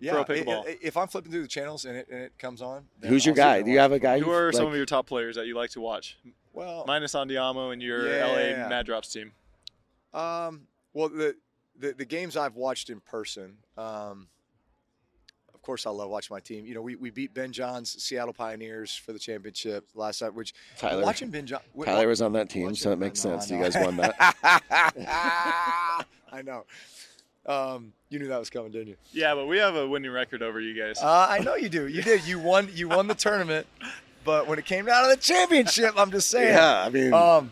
[SPEAKER 2] Yeah,
[SPEAKER 1] Pro
[SPEAKER 2] i- i-
[SPEAKER 1] pickleball.
[SPEAKER 2] if I'm flipping through the channels and it, and it comes on, then
[SPEAKER 3] Who's your
[SPEAKER 2] I'll sit
[SPEAKER 3] guy?
[SPEAKER 2] and
[SPEAKER 3] Do you
[SPEAKER 2] watch
[SPEAKER 3] have a
[SPEAKER 2] it.
[SPEAKER 3] guy?
[SPEAKER 1] Who are some
[SPEAKER 3] like-
[SPEAKER 1] of your top players that you like to watch?
[SPEAKER 2] Well,
[SPEAKER 1] Minus Andiamo and your
[SPEAKER 2] Yeah.
[SPEAKER 1] LA Mad Drops team.
[SPEAKER 2] Um, well, the, the the games I've watched in person, um, of course, I love watching my team. You know, we, we beat Ben John's Seattle Pioneers for the championship last night, which
[SPEAKER 3] Tyler?
[SPEAKER 2] watching Ben John.
[SPEAKER 3] Tyler was on that team, so
[SPEAKER 2] watching-
[SPEAKER 3] it makes
[SPEAKER 2] I know,
[SPEAKER 3] sense.
[SPEAKER 2] I
[SPEAKER 3] You guys
[SPEAKER 2] know.
[SPEAKER 3] won that.
[SPEAKER 2] I know. Um, you knew that was coming, didn't you?
[SPEAKER 1] Yeah, but we have a winning record over you guys.
[SPEAKER 2] Uh, I know you do. You did. You won. You won the tournament, but when it came down to the championship, I'm just saying.
[SPEAKER 3] Yeah, I mean,
[SPEAKER 2] Um,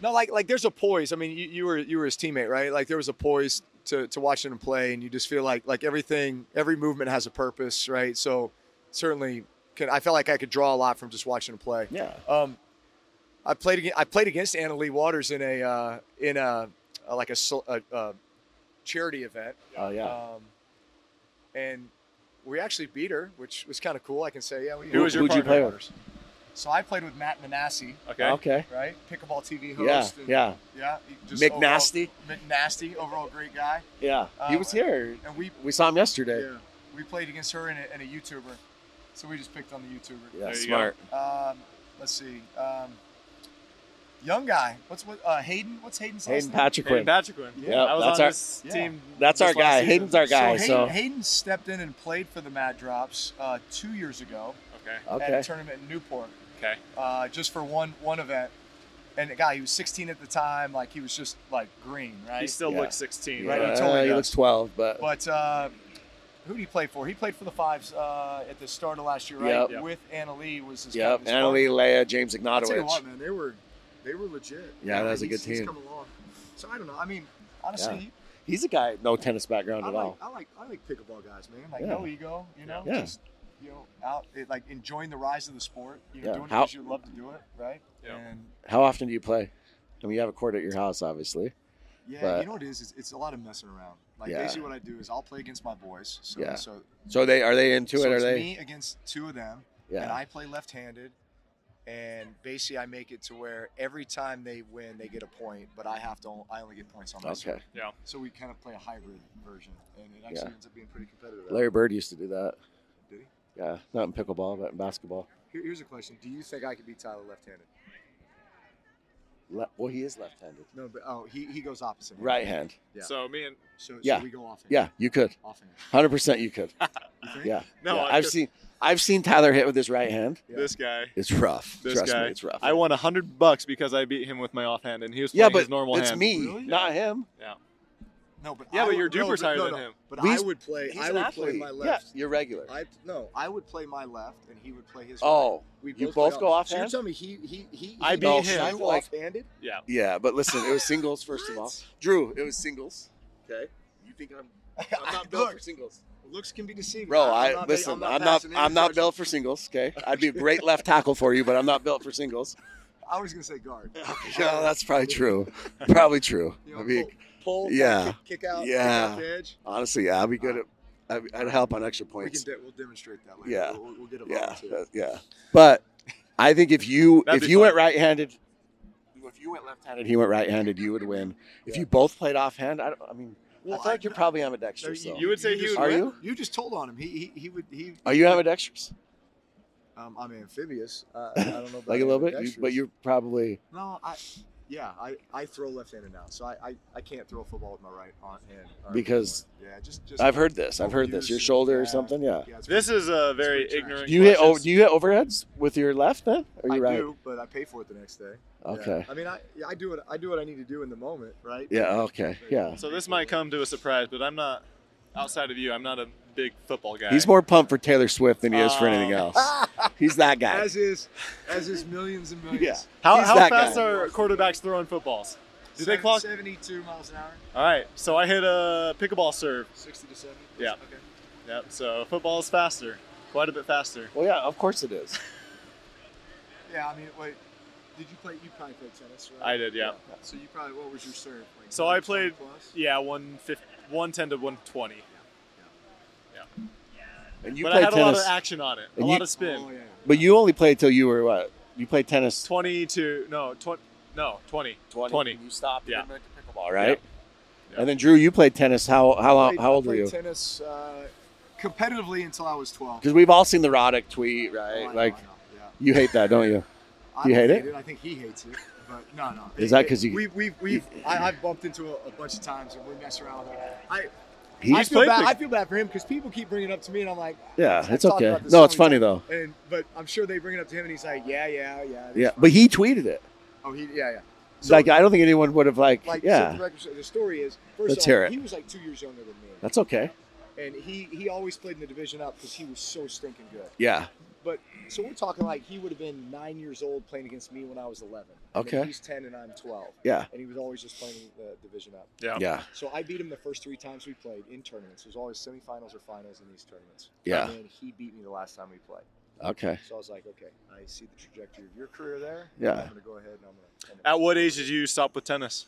[SPEAKER 2] no, like like there's a poise. I mean, you, you were you were his teammate, right? Like there was a poise to to watching him play, and you just feel like like everything, every movement has a purpose, right? So certainly, can, I felt like I could draw a lot from just watching him play.
[SPEAKER 3] yeah.
[SPEAKER 2] Um, I played against, I played against Anna Lee Waters in a uh, in a, a like a, sol- a, a charity event,
[SPEAKER 3] Oh yeah.
[SPEAKER 2] um, and we actually beat her, which was kind of cool. I can say, yeah. We,
[SPEAKER 1] Who was your
[SPEAKER 3] Who'd you
[SPEAKER 1] partner?
[SPEAKER 3] play with?
[SPEAKER 2] so I played with Matt Manassi
[SPEAKER 1] Okay.
[SPEAKER 3] Okay.
[SPEAKER 2] right? Pickleball TV
[SPEAKER 3] Yeah,
[SPEAKER 2] host. and-
[SPEAKER 3] yeah.
[SPEAKER 2] Yeah. he just
[SPEAKER 3] McNasty.
[SPEAKER 2] Overall, McNasty, overall great guy.
[SPEAKER 3] Yeah, he
[SPEAKER 2] Uh,
[SPEAKER 3] was here.
[SPEAKER 2] And we
[SPEAKER 3] We saw him yesterday.
[SPEAKER 2] yeah, we played against her and a, and a YouTuber. So we just picked on the YouTuber.
[SPEAKER 3] Yeah,
[SPEAKER 1] There you
[SPEAKER 3] smart.
[SPEAKER 2] Um, let's see. Um, young guy. What's what? Uh, Hayden. What's Hayden's
[SPEAKER 3] Hayden
[SPEAKER 2] last
[SPEAKER 3] Patrick
[SPEAKER 1] Hayden
[SPEAKER 3] Quinn.
[SPEAKER 1] Patrick Quinn.
[SPEAKER 2] Yeah,
[SPEAKER 1] I was
[SPEAKER 3] that's
[SPEAKER 1] on
[SPEAKER 3] our-
[SPEAKER 1] his
[SPEAKER 2] yeah.
[SPEAKER 1] team.
[SPEAKER 3] That's
[SPEAKER 1] this
[SPEAKER 3] our
[SPEAKER 1] last
[SPEAKER 3] guy.
[SPEAKER 1] season.
[SPEAKER 3] Hayden's our
[SPEAKER 2] name?
[SPEAKER 3] guy.
[SPEAKER 2] So
[SPEAKER 3] So,
[SPEAKER 2] Hayden, Hayden stepped in and played for the Mad Drops uh, two years ago
[SPEAKER 1] Okay.
[SPEAKER 2] at a
[SPEAKER 3] okay.
[SPEAKER 2] tournament in Newport.
[SPEAKER 1] Okay.
[SPEAKER 2] uh, just for one one event. And the guy, he was 16 at the time, like he was just like green, right?
[SPEAKER 1] He still
[SPEAKER 3] Yeah.
[SPEAKER 1] looks 16.
[SPEAKER 2] Right,
[SPEAKER 1] but-
[SPEAKER 2] he
[SPEAKER 3] Yeah,
[SPEAKER 2] totally
[SPEAKER 3] he
[SPEAKER 2] does.
[SPEAKER 3] looks 12, but
[SPEAKER 2] but uh, who did he play for? He played for the Fives uh, at the start of last year, right?
[SPEAKER 3] Yep.
[SPEAKER 1] Yep.
[SPEAKER 2] With Anna Lee was his.
[SPEAKER 3] yep.
[SPEAKER 2] his
[SPEAKER 3] Annalie, Leia, James
[SPEAKER 2] partner. I'll tell you what,
[SPEAKER 3] Ignatowicz.
[SPEAKER 2] man, they were they were legit.
[SPEAKER 3] Yeah, that was a
[SPEAKER 2] He's-
[SPEAKER 3] good team.
[SPEAKER 2] He's come along. So I don't know. I mean, honestly,
[SPEAKER 3] Yeah. He's a guy no tennis background
[SPEAKER 2] I
[SPEAKER 3] at
[SPEAKER 2] like
[SPEAKER 3] all.
[SPEAKER 2] I like I like pickleball guys, man. Like
[SPEAKER 3] Yeah.
[SPEAKER 2] no ego, you know.
[SPEAKER 3] Yeah.
[SPEAKER 2] Just, you know, out it, like enjoying the rise of the sport. You know,
[SPEAKER 3] Yeah.
[SPEAKER 2] doing it
[SPEAKER 3] How-
[SPEAKER 2] because you love to do it, right?
[SPEAKER 1] Yeah.
[SPEAKER 2] And
[SPEAKER 3] How often do you play? I mean, you have a court at your house, obviously.
[SPEAKER 2] Yeah,
[SPEAKER 3] But-
[SPEAKER 2] you know what it is? It's, it's a lot of messing around. Like
[SPEAKER 3] Yeah.
[SPEAKER 2] basically, what I do is I'll play against my boys. So
[SPEAKER 3] Yeah.
[SPEAKER 2] so,
[SPEAKER 3] So they are they into
[SPEAKER 2] so
[SPEAKER 3] it? Are
[SPEAKER 2] it's
[SPEAKER 3] they?
[SPEAKER 2] me against two of them, and
[SPEAKER 3] Yeah.
[SPEAKER 2] I play left-handed. And basically, I make it to where every time they win, they get a point, but I have to. I only get points on my
[SPEAKER 3] Okay.
[SPEAKER 2] serve.
[SPEAKER 1] Yeah.
[SPEAKER 2] So we kind of play a hybrid version, and it actually
[SPEAKER 3] Yeah.
[SPEAKER 2] ends up being pretty competitive.
[SPEAKER 3] Larry Bird used to do that.
[SPEAKER 2] Did he?
[SPEAKER 3] Yeah, not in pickleball, but in basketball.
[SPEAKER 2] Here- here's a question: Do you think I could beat Tyler left-handed?
[SPEAKER 3] Le- well, he is left-handed.
[SPEAKER 2] No, but oh, he, he goes opposite. hand.
[SPEAKER 3] Right hand.
[SPEAKER 2] Yeah.
[SPEAKER 1] So me and
[SPEAKER 2] So, so
[SPEAKER 3] Yeah.
[SPEAKER 2] we go off. hand.
[SPEAKER 3] Yeah, you could.
[SPEAKER 2] Off hand.
[SPEAKER 3] 100% you could.
[SPEAKER 2] You think?
[SPEAKER 3] Yeah.
[SPEAKER 1] No,
[SPEAKER 3] Yeah,
[SPEAKER 1] I
[SPEAKER 3] I've
[SPEAKER 1] just-
[SPEAKER 3] seen I've seen Tyler hit with his right hand.
[SPEAKER 2] Yeah.
[SPEAKER 1] this guy.
[SPEAKER 3] It's rough.
[SPEAKER 1] This
[SPEAKER 3] Trust
[SPEAKER 1] guy.
[SPEAKER 3] me, it's rough.
[SPEAKER 1] I won 100 bucks because I beat him with my offhand, and he was playing
[SPEAKER 3] yeah, but
[SPEAKER 1] his normal
[SPEAKER 3] it's
[SPEAKER 1] hand.
[SPEAKER 3] me,
[SPEAKER 2] Really?
[SPEAKER 3] not him.
[SPEAKER 2] No, but
[SPEAKER 1] Yeah,
[SPEAKER 2] I
[SPEAKER 1] but
[SPEAKER 2] would-
[SPEAKER 1] you're
[SPEAKER 2] no,
[SPEAKER 1] duper's
[SPEAKER 2] but-
[SPEAKER 1] higher
[SPEAKER 2] no,
[SPEAKER 1] than
[SPEAKER 2] no.
[SPEAKER 1] him.
[SPEAKER 2] But
[SPEAKER 3] He's-
[SPEAKER 2] I would play.
[SPEAKER 3] He's
[SPEAKER 2] I
[SPEAKER 3] an
[SPEAKER 2] would
[SPEAKER 3] athlete.
[SPEAKER 2] play my left.
[SPEAKER 3] Yeah, you're regular.
[SPEAKER 2] I no, I would play my left, and he would play his. right.
[SPEAKER 3] Oh,
[SPEAKER 2] we
[SPEAKER 3] you both
[SPEAKER 2] play
[SPEAKER 3] go
[SPEAKER 2] off- So
[SPEAKER 3] offhand?
[SPEAKER 2] You're telling me he he he.
[SPEAKER 1] I
[SPEAKER 2] he
[SPEAKER 1] beat
[SPEAKER 2] beat
[SPEAKER 1] him.
[SPEAKER 2] you
[SPEAKER 3] I feel like-
[SPEAKER 2] offhanded.
[SPEAKER 1] Yeah.
[SPEAKER 3] yeah, but listen, it was singles first of all.
[SPEAKER 2] What?
[SPEAKER 3] Drew, it was singles. Okay, you think I'm I'm not built for
[SPEAKER 2] Look,
[SPEAKER 3] singles,
[SPEAKER 2] looks can be deceiving.
[SPEAKER 3] bro.
[SPEAKER 2] I'm
[SPEAKER 3] I
[SPEAKER 2] not-
[SPEAKER 3] listen. I'm not.
[SPEAKER 2] passing any
[SPEAKER 3] I'm not
[SPEAKER 2] instructions.
[SPEAKER 3] built for singles. Okay, I'd be a great left tackle for you, but I'm not built for singles.
[SPEAKER 2] I was gonna say guard.
[SPEAKER 3] Yeah, that's probably true. Probably true.
[SPEAKER 2] You know,
[SPEAKER 3] I'd be,
[SPEAKER 2] pull, pull,
[SPEAKER 3] yeah.
[SPEAKER 2] kick, kick out,
[SPEAKER 3] Yeah.
[SPEAKER 2] kick out the edge.
[SPEAKER 3] honestly, yeah, I'd be good at. I'd, I'd help on extra
[SPEAKER 2] We
[SPEAKER 3] points.
[SPEAKER 2] can de- we'll demonstrate that later.
[SPEAKER 3] Yeah.
[SPEAKER 2] we'll, we'll get a
[SPEAKER 3] Yeah,
[SPEAKER 2] volunteer.
[SPEAKER 3] that- yeah. But I think if you
[SPEAKER 1] That'd
[SPEAKER 3] if
[SPEAKER 1] be
[SPEAKER 3] you
[SPEAKER 1] fun.
[SPEAKER 3] went right-handed, if you went left-handed, he went right-handed, you would win. If you both played offhand, I, don't, I mean,
[SPEAKER 2] Well,
[SPEAKER 3] I feel like
[SPEAKER 2] I-
[SPEAKER 3] you're probably ambidextrous.
[SPEAKER 2] No,
[SPEAKER 3] though.
[SPEAKER 1] You would say he
[SPEAKER 2] just-
[SPEAKER 1] would
[SPEAKER 3] Are
[SPEAKER 1] win?
[SPEAKER 3] you?
[SPEAKER 2] You just told on him. He he, he would he.
[SPEAKER 3] Are Oh, you ambidextrous?
[SPEAKER 2] Um, I'm amphibious. Uh, I don't know about
[SPEAKER 3] like a little bit, you,
[SPEAKER 2] ambidextrous.
[SPEAKER 3] but you're probably
[SPEAKER 2] No, I. Yeah, I, I throw left-handed now, so I, I, I can't throw a football with my right on hand or
[SPEAKER 3] Because-
[SPEAKER 2] anymore. yeah, just, just
[SPEAKER 3] I've heard this. I've heard
[SPEAKER 2] Overuse
[SPEAKER 3] this. Your
[SPEAKER 2] and
[SPEAKER 3] shoulder or
[SPEAKER 2] bad.
[SPEAKER 3] something, yeah.
[SPEAKER 2] it's
[SPEAKER 1] This is a very
[SPEAKER 2] pretty trash.
[SPEAKER 1] ignorant.
[SPEAKER 3] Do you hit oh,
[SPEAKER 1] question.
[SPEAKER 3] do you hit overheads with your left then? Or
[SPEAKER 2] I
[SPEAKER 3] you right?
[SPEAKER 2] do, but I pay for it the next day. Yeah.
[SPEAKER 3] Okay.
[SPEAKER 2] I mean, I yeah, I do what I do what I need to do in the moment, right?
[SPEAKER 3] Yeah. okay.
[SPEAKER 2] But-
[SPEAKER 3] Yeah.
[SPEAKER 1] So this might come to a surprise, but I'm not outside of you. I'm not a big football guy.
[SPEAKER 3] He's more pumped for Taylor Swift than he is for anything
[SPEAKER 1] Um,
[SPEAKER 3] else. He's that guy.
[SPEAKER 2] As is, as is millions and millions.
[SPEAKER 3] Yeah.
[SPEAKER 1] how
[SPEAKER 3] he's
[SPEAKER 1] how
[SPEAKER 3] that
[SPEAKER 1] fast
[SPEAKER 3] guy.
[SPEAKER 1] are quarterbacks throwing footballs? Do they
[SPEAKER 2] Seven-
[SPEAKER 1] clock?
[SPEAKER 2] Seventy-two miles an hour,
[SPEAKER 1] All right. So I hit a pickleball serve.
[SPEAKER 2] sixty to seventy.
[SPEAKER 1] Yeah.
[SPEAKER 2] Okay.
[SPEAKER 1] Yep. So football is faster, quite a bit faster.
[SPEAKER 3] Well, yeah, of course it is.
[SPEAKER 2] Yeah, I mean, wait. Did you play? You probably played tennis, right?
[SPEAKER 1] I did, yeah.
[SPEAKER 2] So you probably what was your serve? Like
[SPEAKER 1] So I
[SPEAKER 2] 120
[SPEAKER 1] played-
[SPEAKER 2] plus?
[SPEAKER 1] Yeah, one fif- 110 to one twenty.
[SPEAKER 3] And you
[SPEAKER 1] But I
[SPEAKER 3] played
[SPEAKER 1] had a lot
[SPEAKER 3] tennis,
[SPEAKER 1] of action on it, a
[SPEAKER 3] And
[SPEAKER 1] lot
[SPEAKER 3] you-
[SPEAKER 1] of spin.
[SPEAKER 2] Oh yeah.
[SPEAKER 3] but you only played till you were what? You played tennis
[SPEAKER 1] 20 to no, tw- no, 20.
[SPEAKER 3] 20.
[SPEAKER 1] 20.
[SPEAKER 3] You stopped.
[SPEAKER 1] Yeah.
[SPEAKER 3] and went to pickleball, right?
[SPEAKER 1] Yeah.
[SPEAKER 3] And then Drew, you played tennis. How how
[SPEAKER 2] Played-
[SPEAKER 3] Uh, how old
[SPEAKER 2] I
[SPEAKER 3] were
[SPEAKER 2] played
[SPEAKER 3] you?
[SPEAKER 2] Tennis uh, competitively until I was twelve.
[SPEAKER 3] Because we've all seen the Roddick tweet,
[SPEAKER 2] Oh, I
[SPEAKER 3] right?
[SPEAKER 2] know,
[SPEAKER 3] like
[SPEAKER 2] I know, yeah.
[SPEAKER 3] you hate that, don't you?
[SPEAKER 2] I
[SPEAKER 3] Do you
[SPEAKER 2] don't
[SPEAKER 3] hate it?
[SPEAKER 2] I think he hates it. But no, no.
[SPEAKER 3] Is
[SPEAKER 2] It-
[SPEAKER 3] that
[SPEAKER 2] it-
[SPEAKER 3] 'cause you-
[SPEAKER 2] We we we I, I've bumped into a, a bunch of times and we mess around with it. I
[SPEAKER 3] He's
[SPEAKER 2] I
[SPEAKER 1] just
[SPEAKER 2] feel
[SPEAKER 1] played
[SPEAKER 2] bad.
[SPEAKER 1] pick-
[SPEAKER 2] I feel bad for him because people keep bringing it up to me and I'm like,
[SPEAKER 3] yeah,
[SPEAKER 2] I've
[SPEAKER 3] it's
[SPEAKER 2] talked
[SPEAKER 3] okay.
[SPEAKER 2] about this
[SPEAKER 3] No,
[SPEAKER 2] so
[SPEAKER 3] it's
[SPEAKER 2] many
[SPEAKER 3] funny though.
[SPEAKER 2] and but I'm sure they bring it up to him and he's like, yeah, yeah, yeah. that's
[SPEAKER 3] Yeah,
[SPEAKER 2] fine."
[SPEAKER 3] but he tweeted it.
[SPEAKER 2] oh, he yeah, yeah.
[SPEAKER 3] like I don't think anyone would have like,
[SPEAKER 2] like yeah.
[SPEAKER 3] yeah.
[SPEAKER 2] the, record, the story is first
[SPEAKER 3] Let's
[SPEAKER 2] off,
[SPEAKER 3] hear it.
[SPEAKER 2] he was like two years younger than me,
[SPEAKER 3] That's okay.
[SPEAKER 2] and he he always played in the division up because he was so stinking good.
[SPEAKER 3] Yeah.
[SPEAKER 2] But so we're talking like he would have been nine years old playing against me when I was eleven. And
[SPEAKER 3] Okay.
[SPEAKER 2] he's ten and I'm twelve,
[SPEAKER 3] Yeah.
[SPEAKER 2] and he was always just playing the division up.
[SPEAKER 1] Yeah.
[SPEAKER 3] Yeah.
[SPEAKER 2] So I beat him the first three times we played in tournaments. It was always semifinals or finals in these tournaments.
[SPEAKER 3] Yeah.
[SPEAKER 2] And then he beat me the last time we played.
[SPEAKER 3] Okay.
[SPEAKER 2] So I was like, okay, I see the trajectory of your career there.
[SPEAKER 3] Yeah.
[SPEAKER 2] I'm gonna go ahead and I'm gonna.
[SPEAKER 1] At what age did you stop with tennis?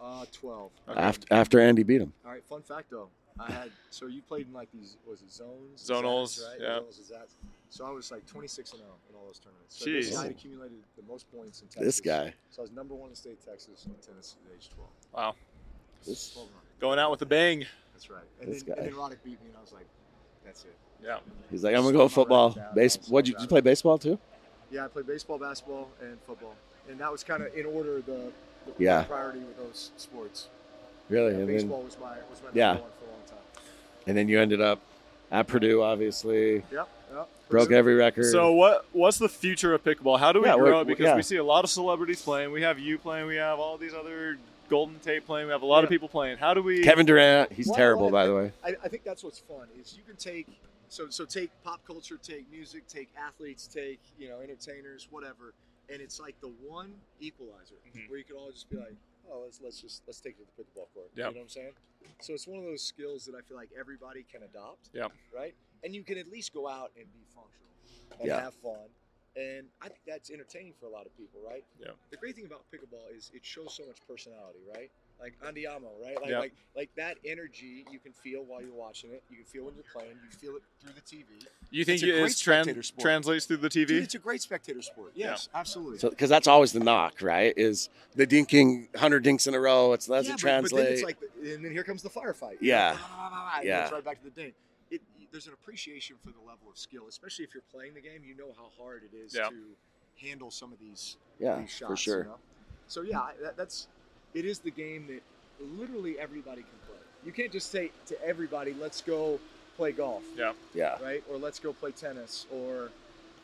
[SPEAKER 2] uh, twelve.
[SPEAKER 1] Okay.
[SPEAKER 3] After after Andy beat him.
[SPEAKER 2] All right, fun fact though, I had so you played in like these was it zones,
[SPEAKER 1] Zonals,
[SPEAKER 2] zats, right?
[SPEAKER 1] yeah.
[SPEAKER 2] Zonals, zats. So I was like 26 and 0 in all those tournaments. So this
[SPEAKER 1] Jeez.
[SPEAKER 2] guy accumulated the most points in Texas.
[SPEAKER 3] This guy.
[SPEAKER 2] So I was number one in the state of Texas in tennis at age 12.
[SPEAKER 1] Wow.
[SPEAKER 3] This-
[SPEAKER 2] 12 and under.
[SPEAKER 1] Going out with a bang.
[SPEAKER 2] That's right. And
[SPEAKER 3] This
[SPEAKER 2] then,
[SPEAKER 3] guy.
[SPEAKER 2] and then Roddick beat me, and I was like, that's it.
[SPEAKER 1] Yeah.
[SPEAKER 3] He's like, I'm gonna go football.
[SPEAKER 1] uh,
[SPEAKER 3] Base. What you, did you play baseball too?
[SPEAKER 2] Yeah, I played baseball, basketball, and football, and that was kind of in order the, the
[SPEAKER 3] Yeah.
[SPEAKER 2] priority with those sports.
[SPEAKER 3] Really?
[SPEAKER 2] Yeah,
[SPEAKER 3] And then
[SPEAKER 2] baseball was my was my number
[SPEAKER 3] Yeah.
[SPEAKER 2] one for a long time.
[SPEAKER 3] and then you ended up at Purdue, obviously.
[SPEAKER 2] Yep. yep.
[SPEAKER 3] Broke every record.
[SPEAKER 1] So what what's the future of pickleball? How do we
[SPEAKER 3] Yeah, we're-
[SPEAKER 1] grow it? Because
[SPEAKER 3] yeah.
[SPEAKER 1] we see a lot of celebrities playing. We have you playing. We have all these other Golden Tate playing. We have a lot of
[SPEAKER 2] Yeah.
[SPEAKER 1] people playing. How do we?
[SPEAKER 3] Kevin Durant, he's
[SPEAKER 2] Well,
[SPEAKER 3] terrible,
[SPEAKER 2] I-
[SPEAKER 3] by the way.
[SPEAKER 2] I, I think that's what's fun is you can take so so take pop culture, take music, take athletes, take you know entertainers, whatever, and it's like the one equalizer
[SPEAKER 1] Mhm.
[SPEAKER 2] where you can all just be like, oh, let's let's just let's take it to the pickleball court.
[SPEAKER 1] Yep.
[SPEAKER 2] You know what I'm saying? So it's one of those skills that I feel like everybody can adopt.
[SPEAKER 1] Yep.
[SPEAKER 2] Right, and you can at least go out and be functional and
[SPEAKER 3] Yeah.
[SPEAKER 2] have fun. And I think that's entertaining for a lot of people, right?
[SPEAKER 1] Yeah.
[SPEAKER 2] The great thing about pickleball is it shows so much personality, right? Like Andiamo, right? Like,
[SPEAKER 1] Yeah.
[SPEAKER 2] like like that energy you can feel while you're watching it. You can feel when you're playing. You feel it through the TV.
[SPEAKER 1] you think
[SPEAKER 2] It's a
[SPEAKER 1] it is
[SPEAKER 2] great
[SPEAKER 1] tran-
[SPEAKER 2] spectator sport.
[SPEAKER 1] translates through the
[SPEAKER 2] Dude,
[SPEAKER 1] TV?
[SPEAKER 2] it's a great spectator sport. Yes, absolutely.
[SPEAKER 3] So because that's always the knock, right? Is the dinking hundred dinks in a row? It's that's
[SPEAKER 2] yeah, but-
[SPEAKER 3] a
[SPEAKER 2] but, then
[SPEAKER 3] translate.
[SPEAKER 2] it's like, and then here comes the firefight.
[SPEAKER 3] Yeah.
[SPEAKER 2] yeah.
[SPEAKER 3] Yeah.
[SPEAKER 2] right back to the thing. It, there's an appreciation for the level of skill, especially if you're playing the game. You know how hard it is
[SPEAKER 1] Yeah.
[SPEAKER 2] to handle some of these
[SPEAKER 3] yeah,
[SPEAKER 2] these shots,
[SPEAKER 3] for
[SPEAKER 2] You
[SPEAKER 3] sure.
[SPEAKER 2] know? So yeah, I- that, that's it is the game that literally everybody can play. You can't just say to everybody, "Let's go play golf,"
[SPEAKER 3] Yeah,
[SPEAKER 2] right? Or "Let's go play tennis," or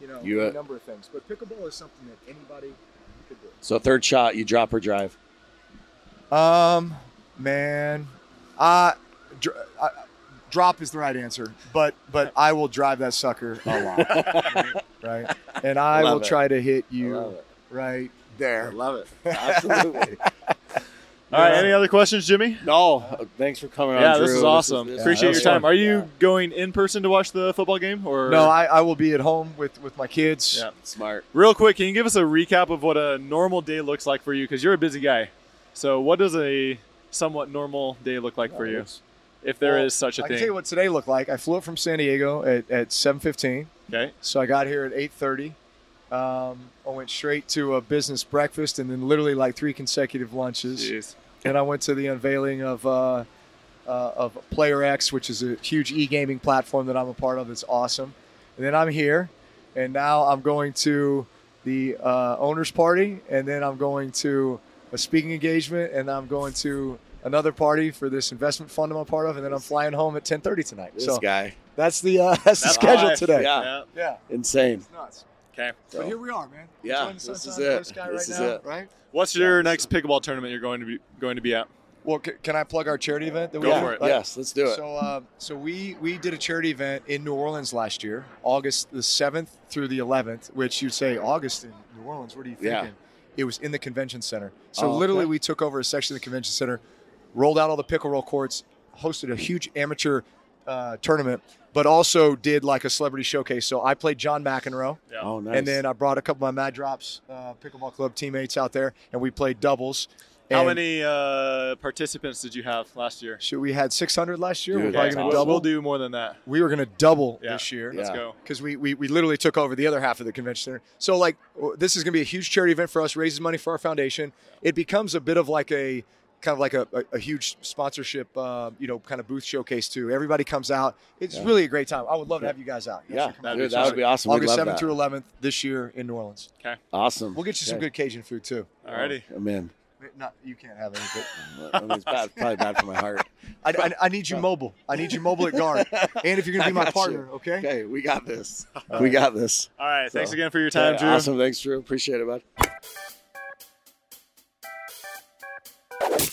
[SPEAKER 2] you know,
[SPEAKER 3] You, uh,
[SPEAKER 2] a number of things. But pickleball is something that anybody could do.
[SPEAKER 3] So third shot, you drop or drive.
[SPEAKER 2] Um, man, uh, dr- uh, drop is the right answer, but but I will drive that sucker a lot, right? And I
[SPEAKER 3] Love
[SPEAKER 2] will
[SPEAKER 3] it.
[SPEAKER 2] try to hit
[SPEAKER 3] I
[SPEAKER 2] you
[SPEAKER 3] love it.
[SPEAKER 2] right
[SPEAKER 3] I
[SPEAKER 2] there.
[SPEAKER 3] love it. Absolutely.
[SPEAKER 1] All right.
[SPEAKER 2] Yeah.
[SPEAKER 1] Any other questions, Jimmy?
[SPEAKER 3] no, thanks for coming on.
[SPEAKER 1] yeah, this
[SPEAKER 3] Drew.
[SPEAKER 1] is awesome.
[SPEAKER 3] this-
[SPEAKER 1] Appreciate
[SPEAKER 3] this
[SPEAKER 1] your
[SPEAKER 3] is
[SPEAKER 1] time.
[SPEAKER 3] fun.
[SPEAKER 1] Are you
[SPEAKER 3] Yeah.
[SPEAKER 1] going in person to watch the football game or
[SPEAKER 2] No, I, I will be at home with with my kids.
[SPEAKER 1] Yeah.
[SPEAKER 3] smart?
[SPEAKER 1] Real quick, can you give us a recap of what a normal day looks like for you? Because you're a busy guy. So, what does a somewhat normal day look like for you, if there is
[SPEAKER 2] Well,
[SPEAKER 1] such a
[SPEAKER 2] I can
[SPEAKER 1] thing?
[SPEAKER 2] tell you what today looked like. I flew up from San Diego at, at 7:15,
[SPEAKER 1] okay.
[SPEAKER 2] so I got here at 8:30. Um, I went straight to a business breakfast and then literally like three consecutive lunches.
[SPEAKER 1] Jeez.
[SPEAKER 2] and I went to the unveiling of uh, uh, of Player X, which is a huge e-gaming platform that I'm a part of. It's awesome. And then I'm here, and now I'm going to the uh, owner's party, and then I'm going to a speaking engagement, and I'm going to another party for this investment fund I'm a part of, and then I'm flying home at 10:30 tonight.
[SPEAKER 3] This
[SPEAKER 2] so
[SPEAKER 3] guy,
[SPEAKER 2] that's the uh, that's the
[SPEAKER 1] That's
[SPEAKER 2] schedule
[SPEAKER 1] life.
[SPEAKER 2] today.
[SPEAKER 3] Yeah.
[SPEAKER 2] Yeah,
[SPEAKER 3] insane.
[SPEAKER 2] it's nuts.
[SPEAKER 1] Okay.
[SPEAKER 3] So,
[SPEAKER 2] But here we are, man.
[SPEAKER 3] Yeah,
[SPEAKER 2] Enjoying the
[SPEAKER 3] this
[SPEAKER 2] sunshine
[SPEAKER 3] is
[SPEAKER 2] and blue
[SPEAKER 3] it.
[SPEAKER 2] sky
[SPEAKER 3] This
[SPEAKER 2] right
[SPEAKER 3] is
[SPEAKER 2] now,
[SPEAKER 3] it.
[SPEAKER 2] Right.
[SPEAKER 1] What's your
[SPEAKER 3] Yeah,
[SPEAKER 1] next pickleball tournament you're going to be going to be at?
[SPEAKER 2] Well, c- can I plug our charity event? That
[SPEAKER 1] Go
[SPEAKER 2] we
[SPEAKER 3] yeah.
[SPEAKER 2] do?
[SPEAKER 1] for it.
[SPEAKER 2] Right?
[SPEAKER 3] Yes, let's do it.
[SPEAKER 2] So, uh, so we we did a charity event in New Orleans last year, August the seventh through the eleventh. Which you'd say August in New Orleans. What are you thinking?
[SPEAKER 3] Yeah.
[SPEAKER 2] It was in the convention center. So
[SPEAKER 3] Oh, okay.
[SPEAKER 2] literally, we took over a section of the convention center, rolled out all the pickle roll courts, hosted a huge amateur uh, tournament, but also did like a celebrity showcase. So I played John McEnroe.
[SPEAKER 3] oh, nice.
[SPEAKER 2] And then I brought a couple of my Mad Drops uh, pickleball club teammates out there, and we played doubles.
[SPEAKER 1] How
[SPEAKER 2] And
[SPEAKER 1] many uh, participants did you have last year?
[SPEAKER 2] Shoot, we had 600 last year.
[SPEAKER 3] Dude,
[SPEAKER 2] we're
[SPEAKER 1] we'll,
[SPEAKER 2] probably going
[SPEAKER 3] that's
[SPEAKER 2] to
[SPEAKER 3] awesome.
[SPEAKER 2] double.
[SPEAKER 1] we'll do more than that.
[SPEAKER 2] we were going to double
[SPEAKER 1] Yeah.
[SPEAKER 2] this year
[SPEAKER 1] Let's
[SPEAKER 3] Yeah.
[SPEAKER 1] go.
[SPEAKER 2] because we, we we literally took over the other half of the convention center. So like w- this is going to be a huge charity event for us, raises money for our foundation. It becomes a bit of like a kind of like a, a, a huge sponsorship, uh, you know, kind of booth showcase too. Everybody comes out. It's
[SPEAKER 3] Yeah.
[SPEAKER 2] really a great time. I would love to have you guys out. You guys
[SPEAKER 3] yeah,
[SPEAKER 2] should come out.
[SPEAKER 1] that'd
[SPEAKER 3] that'd
[SPEAKER 1] be
[SPEAKER 3] dude, that would be awesome. We'd
[SPEAKER 2] August
[SPEAKER 3] love
[SPEAKER 2] 7th
[SPEAKER 3] that.
[SPEAKER 2] through 11th this year in New Orleans.
[SPEAKER 3] Awesome.
[SPEAKER 2] We'll get you some
[SPEAKER 3] Okay. Oh,
[SPEAKER 2] good Cajun food too.
[SPEAKER 1] Alrighty.
[SPEAKER 3] I'm in.
[SPEAKER 2] Not you can't have any.
[SPEAKER 3] I mean, it's bad, probably bad for my heart.
[SPEAKER 2] But I, I, I need you mobile. I need you mobile at guard. And if you're going to be my
[SPEAKER 3] I got
[SPEAKER 2] partner, okay?
[SPEAKER 3] Okay, we got this. We got this.
[SPEAKER 1] All right. Thanks
[SPEAKER 3] So-
[SPEAKER 1] again for your time,
[SPEAKER 3] Okay,
[SPEAKER 1] Drew.
[SPEAKER 3] Awesome. Thanks, Drew. Appreciate it, bud.